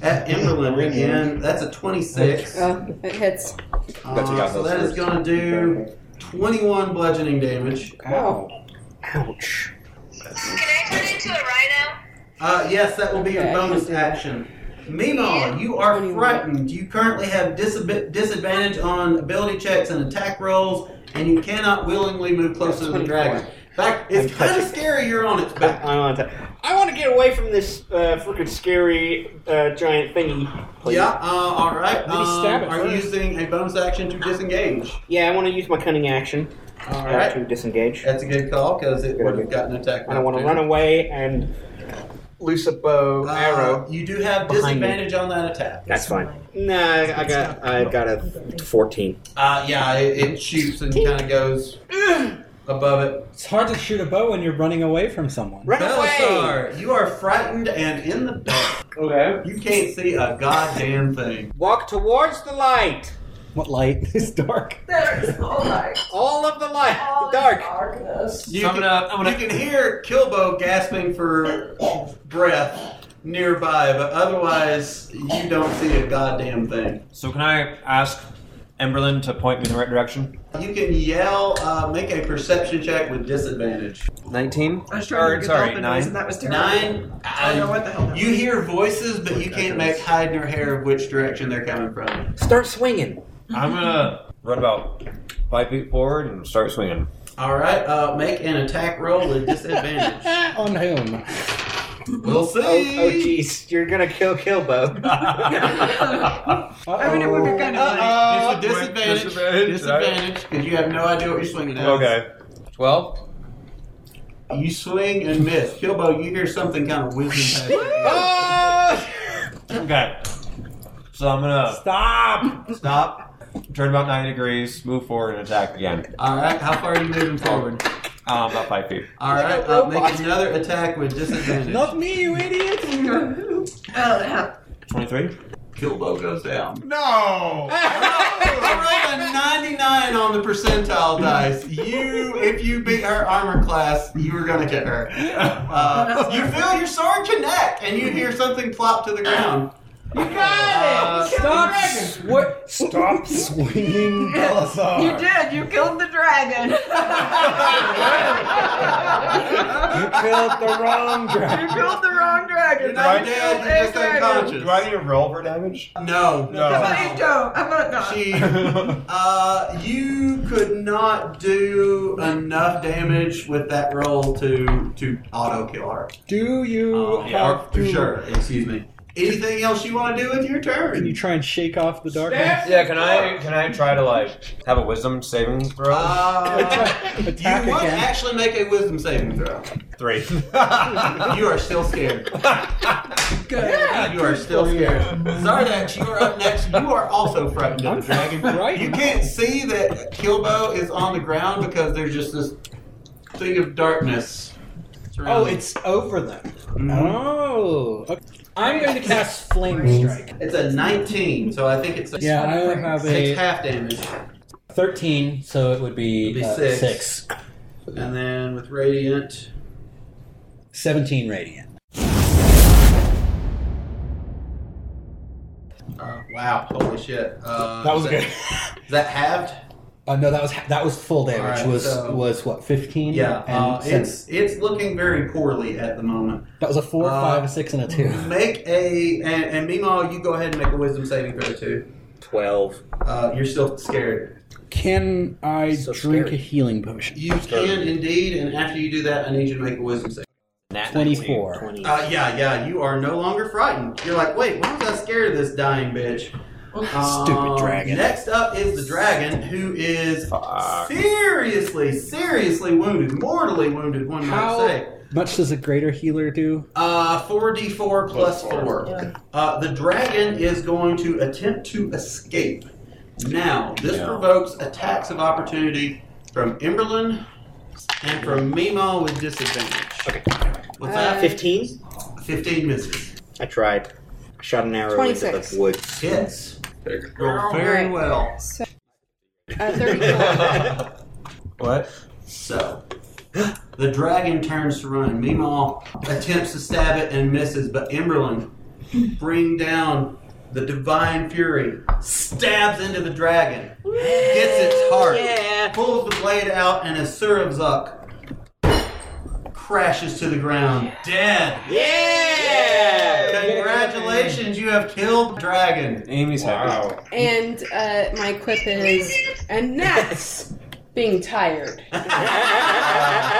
Speaker 8: at Emberlyn again. That's a 26.
Speaker 4: Oh, it hits.
Speaker 8: Uh, so that is going to do 21 bludgeoning damage.
Speaker 4: Wow.
Speaker 8: Ouch.
Speaker 15: Can I turn into a rhino?
Speaker 8: Uh, yes, that will be your bonus action. Meemaw, you are frightened. You currently have disab- disadvantage on ability checks and attack rolls, and you cannot willingly move closer to the dragon. In fact, it's kind of scary you're on its back.
Speaker 6: I want to. I want to get away from this uh, freaking scary uh, giant thingy. Please.
Speaker 8: Yeah, uh, all right.
Speaker 6: Let me stab
Speaker 8: Um,
Speaker 6: it
Speaker 8: are you
Speaker 6: first.
Speaker 8: using a bonus action to disengage?
Speaker 6: Yeah, I want to use my cunning action.
Speaker 8: All
Speaker 6: uh,
Speaker 8: right.
Speaker 6: To disengage.
Speaker 8: That's a good call because it would have gotten attacked.
Speaker 6: I don't want to run away and loose a bow arrow.
Speaker 8: Uh, You do have
Speaker 6: behind me.
Speaker 8: disadvantage on that attack.
Speaker 6: That's fine. Nah, I got I got a fourteen.
Speaker 8: Uh, yeah, it, it shoots and kind of goes above it.
Speaker 1: It's hard to shoot a bow when you're running away from someone.
Speaker 8: Belisar, you are frightened and in the dark. Okay. You can't see a goddamn thing.
Speaker 6: Walk towards the light.
Speaker 1: What light? It's dark.
Speaker 5: There's all light.
Speaker 6: All of the light.
Speaker 5: All the
Speaker 6: dark.
Speaker 5: Darkness.
Speaker 8: You can, you can hear Kilbo gasping for breath nearby, but otherwise you don't see a goddamn thing.
Speaker 3: So can I ask Emberlyn to point me in the right direction?
Speaker 8: You can yell, uh, make a perception check with disadvantage.
Speaker 3: 19?
Speaker 8: I was
Speaker 3: trying to Or, make a sorry, dolphin noise, nine? and that was terrible.
Speaker 8: Nine. I don't know what the hell You hear voices, but you can't make hide nor hair of which direction they're coming from.
Speaker 6: Start swinging.
Speaker 3: I'm gonna run about five feet forward and start swinging.
Speaker 8: All right, uh, make an attack roll with disadvantage.
Speaker 1: On whom?
Speaker 8: We'll see.
Speaker 6: Oh, oh, jeez, you're gonna kill Kilbo.
Speaker 8: I mean, it would be kind of
Speaker 6: Uh-oh.
Speaker 8: It's a disadvantage.
Speaker 3: Disadvantage,
Speaker 8: Disadvantage, because you have no idea what you're swinging at.
Speaker 3: Okay. 12?
Speaker 8: You swing and miss. Kilbo, you hear something kind of whizzing past you.
Speaker 3: Okay. So I'm gonna
Speaker 1: stop.
Speaker 3: Stop. Turn about ninety degrees. Move forward and attack again.
Speaker 8: All right. How far are you moving forward?
Speaker 3: Um, about five feet.
Speaker 8: All right. Uh, make another attack with disadvantage.
Speaker 1: Not me, you idiot!
Speaker 3: Twenty-three. Ah!
Speaker 8: Kilbo goes down.
Speaker 1: Oh!
Speaker 26: No!
Speaker 8: I rolled a 99 on the percentile dice. You, if you beat her armor class, you were gonna get her. Uh, you feel your sword connect, and you hear something plop to the ground. You got it.
Speaker 1: Stop! Swi- Stop swinging,
Speaker 29: You did. You killed the dragon.
Speaker 1: You killed the wrong
Speaker 29: you killed the wrong dragon.
Speaker 8: You're not
Speaker 29: You
Speaker 8: dead,
Speaker 29: killed
Speaker 8: you're
Speaker 29: a
Speaker 8: just
Speaker 29: dragon.
Speaker 8: unconscious.
Speaker 3: Do I need a roll for damage?
Speaker 8: No,
Speaker 29: No. I don't. I'm not. not.
Speaker 8: She, uh, you could not do enough damage with that roll to to auto kill her. Um,
Speaker 1: Do you
Speaker 8: yeah,
Speaker 1: have
Speaker 8: for
Speaker 1: to-
Speaker 8: sure. Excuse me. Anything else you want to do with your turn?
Speaker 1: Can you try and shake off the darkness?
Speaker 3: Yeah. Can I? Can I try to like have a wisdom saving throw?
Speaker 8: Uh, you must actually make a wisdom saving throw.
Speaker 3: Three.
Speaker 8: you are still scared. Good. you are still scared. Zardax, you are up next. You are also frightened of the dragon. Right. You can't see that Kilbo is on the ground because there's just this thing of darkness.
Speaker 1: Oh, it's over them. Oh. okay. I'm going to cast Flame Strike.
Speaker 8: It's a 19, so I think it's a
Speaker 1: Yeah, I would have
Speaker 8: six
Speaker 1: a-
Speaker 8: half damage.
Speaker 1: 13, so it would be,
Speaker 8: It'd be
Speaker 1: uh,
Speaker 8: six.
Speaker 1: six.
Speaker 8: And then with radiant,
Speaker 1: 17 radiant.
Speaker 8: uh, wow, holy shit! Uh,
Speaker 1: That was
Speaker 8: is
Speaker 1: good.
Speaker 8: Is that halved?
Speaker 1: Uh, no, that was that was full damage.
Speaker 8: Alright,
Speaker 1: was
Speaker 8: so-
Speaker 1: was what fifteen?
Speaker 8: Yeah,
Speaker 1: and
Speaker 8: uh,
Speaker 1: seven.
Speaker 8: it's it's looking very poorly at the moment.
Speaker 1: that was a four,
Speaker 8: uh,
Speaker 1: five, a six, and a two.
Speaker 8: Make a and, and meanwhile you go ahead and make a wisdom saving throw too.
Speaker 6: Twelve.
Speaker 8: Uh, you're still scared.
Speaker 1: Can I drink a healing potion?
Speaker 8: You can indeed, and after you do that, I need you to make a wisdom saving.
Speaker 1: Twenty-four.
Speaker 8: Uh, yeah, yeah, you are no longer frightened. You're like, wait, why was I scared of this dying bitch? Um,
Speaker 1: Stupid dragon.
Speaker 8: Next up is the dragon, who is seriously, seriously wounded, mortally wounded. One might say.
Speaker 1: How much does a greater healer do?
Speaker 8: Uh, 4d4 plus 4. Uh, the dragon is going to attempt to escape. Now, this provokes attacks of opportunity from Emberlyn and from Mimo with disadvantage. Okay. What's that?
Speaker 6: Fifteen.
Speaker 8: 15 misses.
Speaker 6: I tried. I shot an arrow into
Speaker 4: 26.
Speaker 6: the woods.
Speaker 8: Hits. Roll very
Speaker 4: Alright.
Speaker 8: well.
Speaker 4: So, uh, 34.
Speaker 3: What?
Speaker 8: So, the dragon turns to run. Meemaw attempts to stab it and misses, but Emberlyn, bring down the divine fury, stabs into the dragon, gets its heart, pulls the blade out, and a Surabzuk crashes to the ground, dead.
Speaker 6: Yeah!
Speaker 8: Congratulations, you have killed dragon.
Speaker 3: Amy's happy.
Speaker 4: And uh, my quip is, and that's being tired.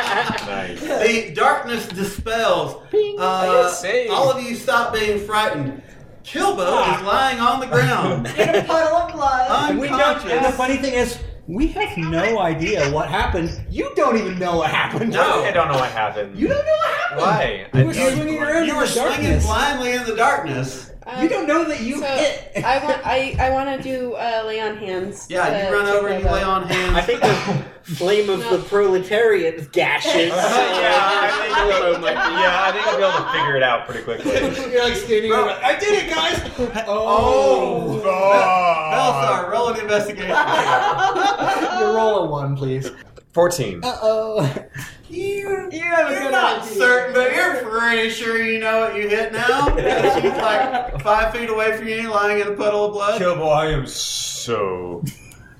Speaker 8: The darkness dispels. Uh, all of you stop being frightened. Kilbo is lying on the ground.
Speaker 5: In a puddle of blood.
Speaker 1: We don't, and the funny thing is, we have no idea what happened. You don't even know what happened.
Speaker 3: No, I don't know what happened.
Speaker 1: You don't know what happened. You
Speaker 3: Why?
Speaker 1: were swinging around
Speaker 8: You
Speaker 1: in
Speaker 8: were
Speaker 1: the
Speaker 8: swinging
Speaker 1: darkness.
Speaker 8: blindly in the darkness.
Speaker 4: you
Speaker 1: don't know that you
Speaker 4: hit. Um, I want. I, I want to do uh, lay on hands.
Speaker 8: Yeah,
Speaker 4: to
Speaker 8: you run over and you
Speaker 4: Jacobo.
Speaker 8: lay on hands.
Speaker 6: I think the flame of the proletariat gashes.
Speaker 8: Yeah, I
Speaker 3: think we'll, like, yeah, I think we'll be able to figure it out pretty quickly.
Speaker 1: You're like standing
Speaker 8: Bro.
Speaker 1: over. I did it, guys.
Speaker 8: Oh, God. Belisar, roll an investigation.
Speaker 1: you roll a one, please.
Speaker 3: Fourteen.
Speaker 1: Uh oh.
Speaker 8: You, you have a are not certain, but you're pretty sure you know what you hit now. She's like five feet away from you, lying in a puddle of blood.
Speaker 3: Kilbo, I am so,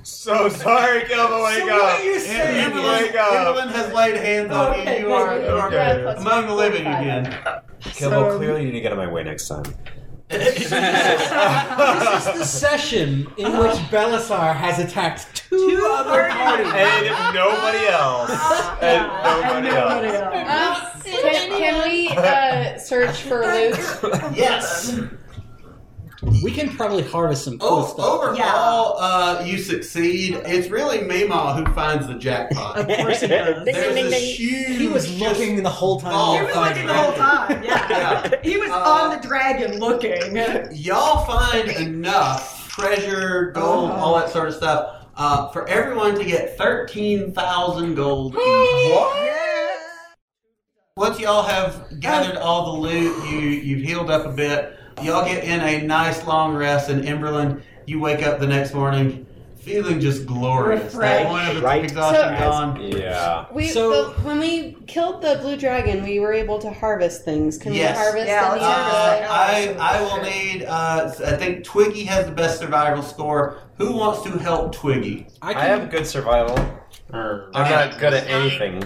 Speaker 3: so sorry, Kilbo. Wake up.
Speaker 8: Im- Imberlin,
Speaker 3: wake up.
Speaker 8: Imberlin has laid hands on you. You are, you are
Speaker 3: Okay.
Speaker 8: among the living again.
Speaker 3: Kilbo, clearly you need to get on my way next time.
Speaker 1: this is the session in which Belisar has attacked two, other parties.
Speaker 3: And nobody else. Oh, And nobody else.
Speaker 4: Uh, can, can we uh, search for loot?
Speaker 8: Yes.
Speaker 1: We can probably harvest some cool
Speaker 8: Oh,
Speaker 1: stuff.
Speaker 8: overall, uh, you succeed. It's really Mima who finds the jackpot.
Speaker 1: Of course he does. Ding,
Speaker 8: There's
Speaker 1: ding,
Speaker 8: this
Speaker 1: ding.
Speaker 8: huge.
Speaker 1: He was looking the whole time.
Speaker 8: ball
Speaker 1: we were
Speaker 8: of
Speaker 1: fighting.
Speaker 8: dragon.
Speaker 5: time. Yeah. He was on the dragon looking.
Speaker 8: y'all find enough treasure, gold,
Speaker 5: Uh-huh.
Speaker 8: all that sort of stuff uh, for everyone to get 13,000 gold each. Once y'all have gathered all the loot, you, you've healed up a bit, y'all get in a nice long rest in Emberland. You wake up the next morning feeling just glorious. That
Speaker 4: Refreshed.
Speaker 8: point of
Speaker 4: Right.
Speaker 8: exhaustion
Speaker 4: So-
Speaker 8: gone.
Speaker 3: Yeah.
Speaker 4: We
Speaker 1: So-
Speaker 4: the, when we killed the blue dragon, we were able to harvest things. Can
Speaker 8: Yes.
Speaker 4: we harvest
Speaker 8: Yeah,
Speaker 4: any
Speaker 8: let's
Speaker 4: harvest?
Speaker 8: Uh, I, I will need, uh, I think Twiggy has the best survival score. Who wants to help Twiggy?
Speaker 1: I,
Speaker 3: have good survival. I'm not good at anything.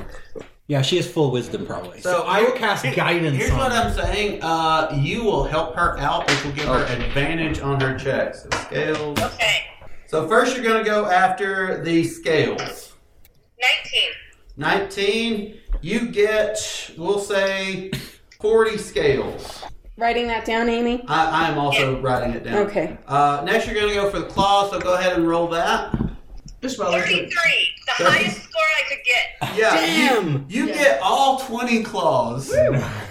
Speaker 1: Yeah, she has full wisdom probably.
Speaker 8: So
Speaker 1: I will cast guidance.
Speaker 8: Here's
Speaker 1: on
Speaker 8: what
Speaker 1: her.
Speaker 8: I'm saying. Uh, you will help her out, which will give her advantage on her checks. So scales. Okay. So first, you're going to go after the scales.
Speaker 15: 19.
Speaker 8: 19. You get, we'll say, 40 scales.
Speaker 4: Writing that down, Amy.
Speaker 8: I, I'm also writing it down.
Speaker 4: Okay.
Speaker 8: Uh, next, you're going to go for the claw. So go ahead and roll that. Just roll it.
Speaker 15: 33. The highest score I could get.
Speaker 8: Yeah. Damn. You, you get all 20 claws. Uh,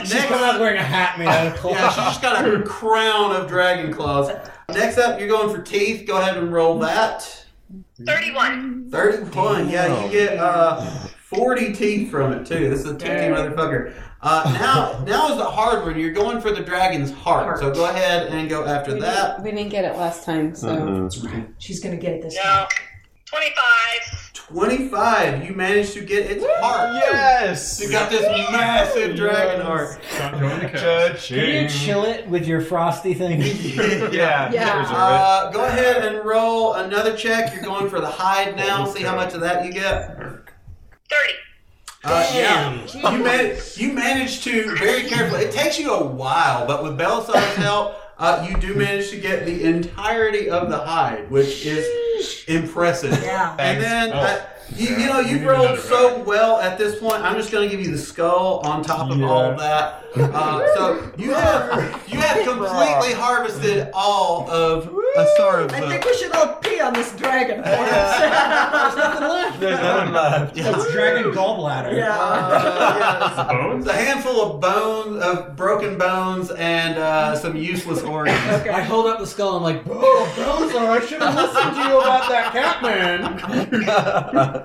Speaker 1: She's
Speaker 8: next-
Speaker 1: coming out wearing a hat made out of claw.
Speaker 8: Yeah, she's just got a crown of dragon claws. Next up, you're going for teeth. Go ahead and roll that.
Speaker 15: 31.
Speaker 8: 31. Yeah, you get uh, 40 teeth from it, too. This is a toothy motherfucker. Uh, now, now is the hard one. You're going for the dragon's heart. So go ahead and go after
Speaker 4: we,
Speaker 8: that. Uh-huh.
Speaker 4: Didn't, we didn't get it last time, so
Speaker 5: she's gonna get it this time.
Speaker 8: 25. You managed to get its heart.
Speaker 3: Yes!
Speaker 8: You got this massive dragon heart.
Speaker 1: Can you chill it with your frosty thing?
Speaker 3: yeah.
Speaker 8: Uh, go ahead and roll another check. You're going for the hide now. See how much of that you get. Thirty. Uh, yeah. You, man- you managed to very carefully. It takes you a while, but with Belisar's help, uh, you do manage to get the entirety of the hide, which is impressive. Yeah. And then. I- you, you know, you've rolled so well at this point. I'm just going to give you the skull on top of all of that. Uh, so you have you have completely harvested all of Asara's
Speaker 5: I think we should all pee on this dragon. There's
Speaker 8: Uh,
Speaker 5: nothing left.
Speaker 3: There's nothing left.
Speaker 1: It's dragon gallbladder.
Speaker 8: bones. A handful of bones, of broken bones, and uh, some useless organs.
Speaker 1: I hold up the skull. I'm like, oh, Belisar, I should have listened to you about that cat man.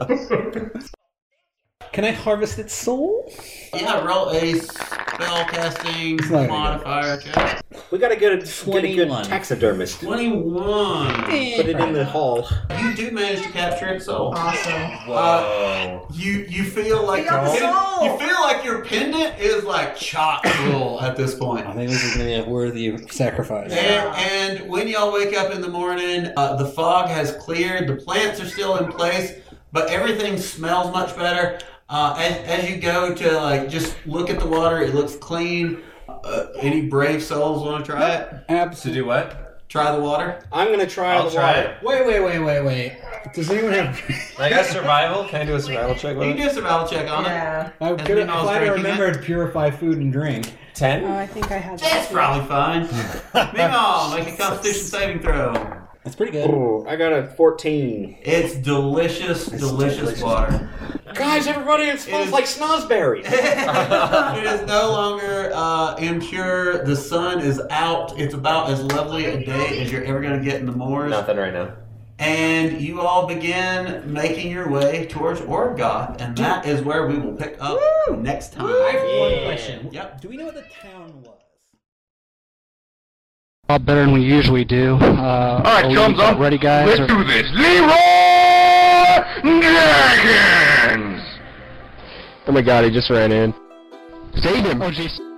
Speaker 1: Can I harvest its
Speaker 8: Oh.
Speaker 1: soul?
Speaker 8: Yeah, roll a spell casting
Speaker 1: not gonna
Speaker 8: modifier check.
Speaker 6: We gotta get a, get a good taxidermist.
Speaker 8: 21. Put
Speaker 6: it in the hall.
Speaker 8: You do manage to capture its soul.
Speaker 5: Awesome.
Speaker 8: Wow. you you feel like
Speaker 5: We got the soul.
Speaker 8: you feel like your pendant is like chock full at this point.
Speaker 1: I think this is going to be a worthy sacrifice.
Speaker 8: And, and when y'all wake up in the morning, uh, the fog has cleared, the plants are still in place, but everything smells much better. Uh, Uh, as, as you go to like just look at the water, it looks clean. Uh, any brave souls want to try it?
Speaker 3: Absolutely. To do what?
Speaker 8: Try the water.
Speaker 6: I'm gonna try
Speaker 3: I'll
Speaker 6: the
Speaker 3: try
Speaker 6: water.
Speaker 16: Wait, wait, wait, wait, wait. Does anyone have?
Speaker 3: I got survival. Can I do a survival check? With
Speaker 8: You can do a survival check on it.
Speaker 16: I
Speaker 8: And
Speaker 16: could
Speaker 8: then
Speaker 16: have.
Speaker 8: I was
Speaker 16: I
Speaker 8: drinking it.
Speaker 16: remembered purify food and drink.
Speaker 8: Ten.
Speaker 4: Oh, I think I had
Speaker 8: That's probably fine. Meemaw, make a Constitution saving throw.
Speaker 6: That's pretty good. I got a 14.
Speaker 8: It's delicious, delicious, water.
Speaker 6: Guys, everybody, it smells like snozberries.
Speaker 8: it is no longer uh, impure. The sun is out. It's about as lovely a day as you're ever going to get in the moors.
Speaker 3: Nothing right now.
Speaker 8: And you all begin making your way towards Orgoth, and that is where we will pick up next time. I
Speaker 1: have one question.
Speaker 8: Yep.
Speaker 1: Do we know what the town was?
Speaker 30: A lot better than we usually do. Uh, All
Speaker 31: right, chums up.
Speaker 30: Ready, guys?
Speaker 31: Let's
Speaker 30: Or-
Speaker 31: do this. Leroy Jenkins.
Speaker 30: Oh my god, he just ran in. Save him! Oh jeez.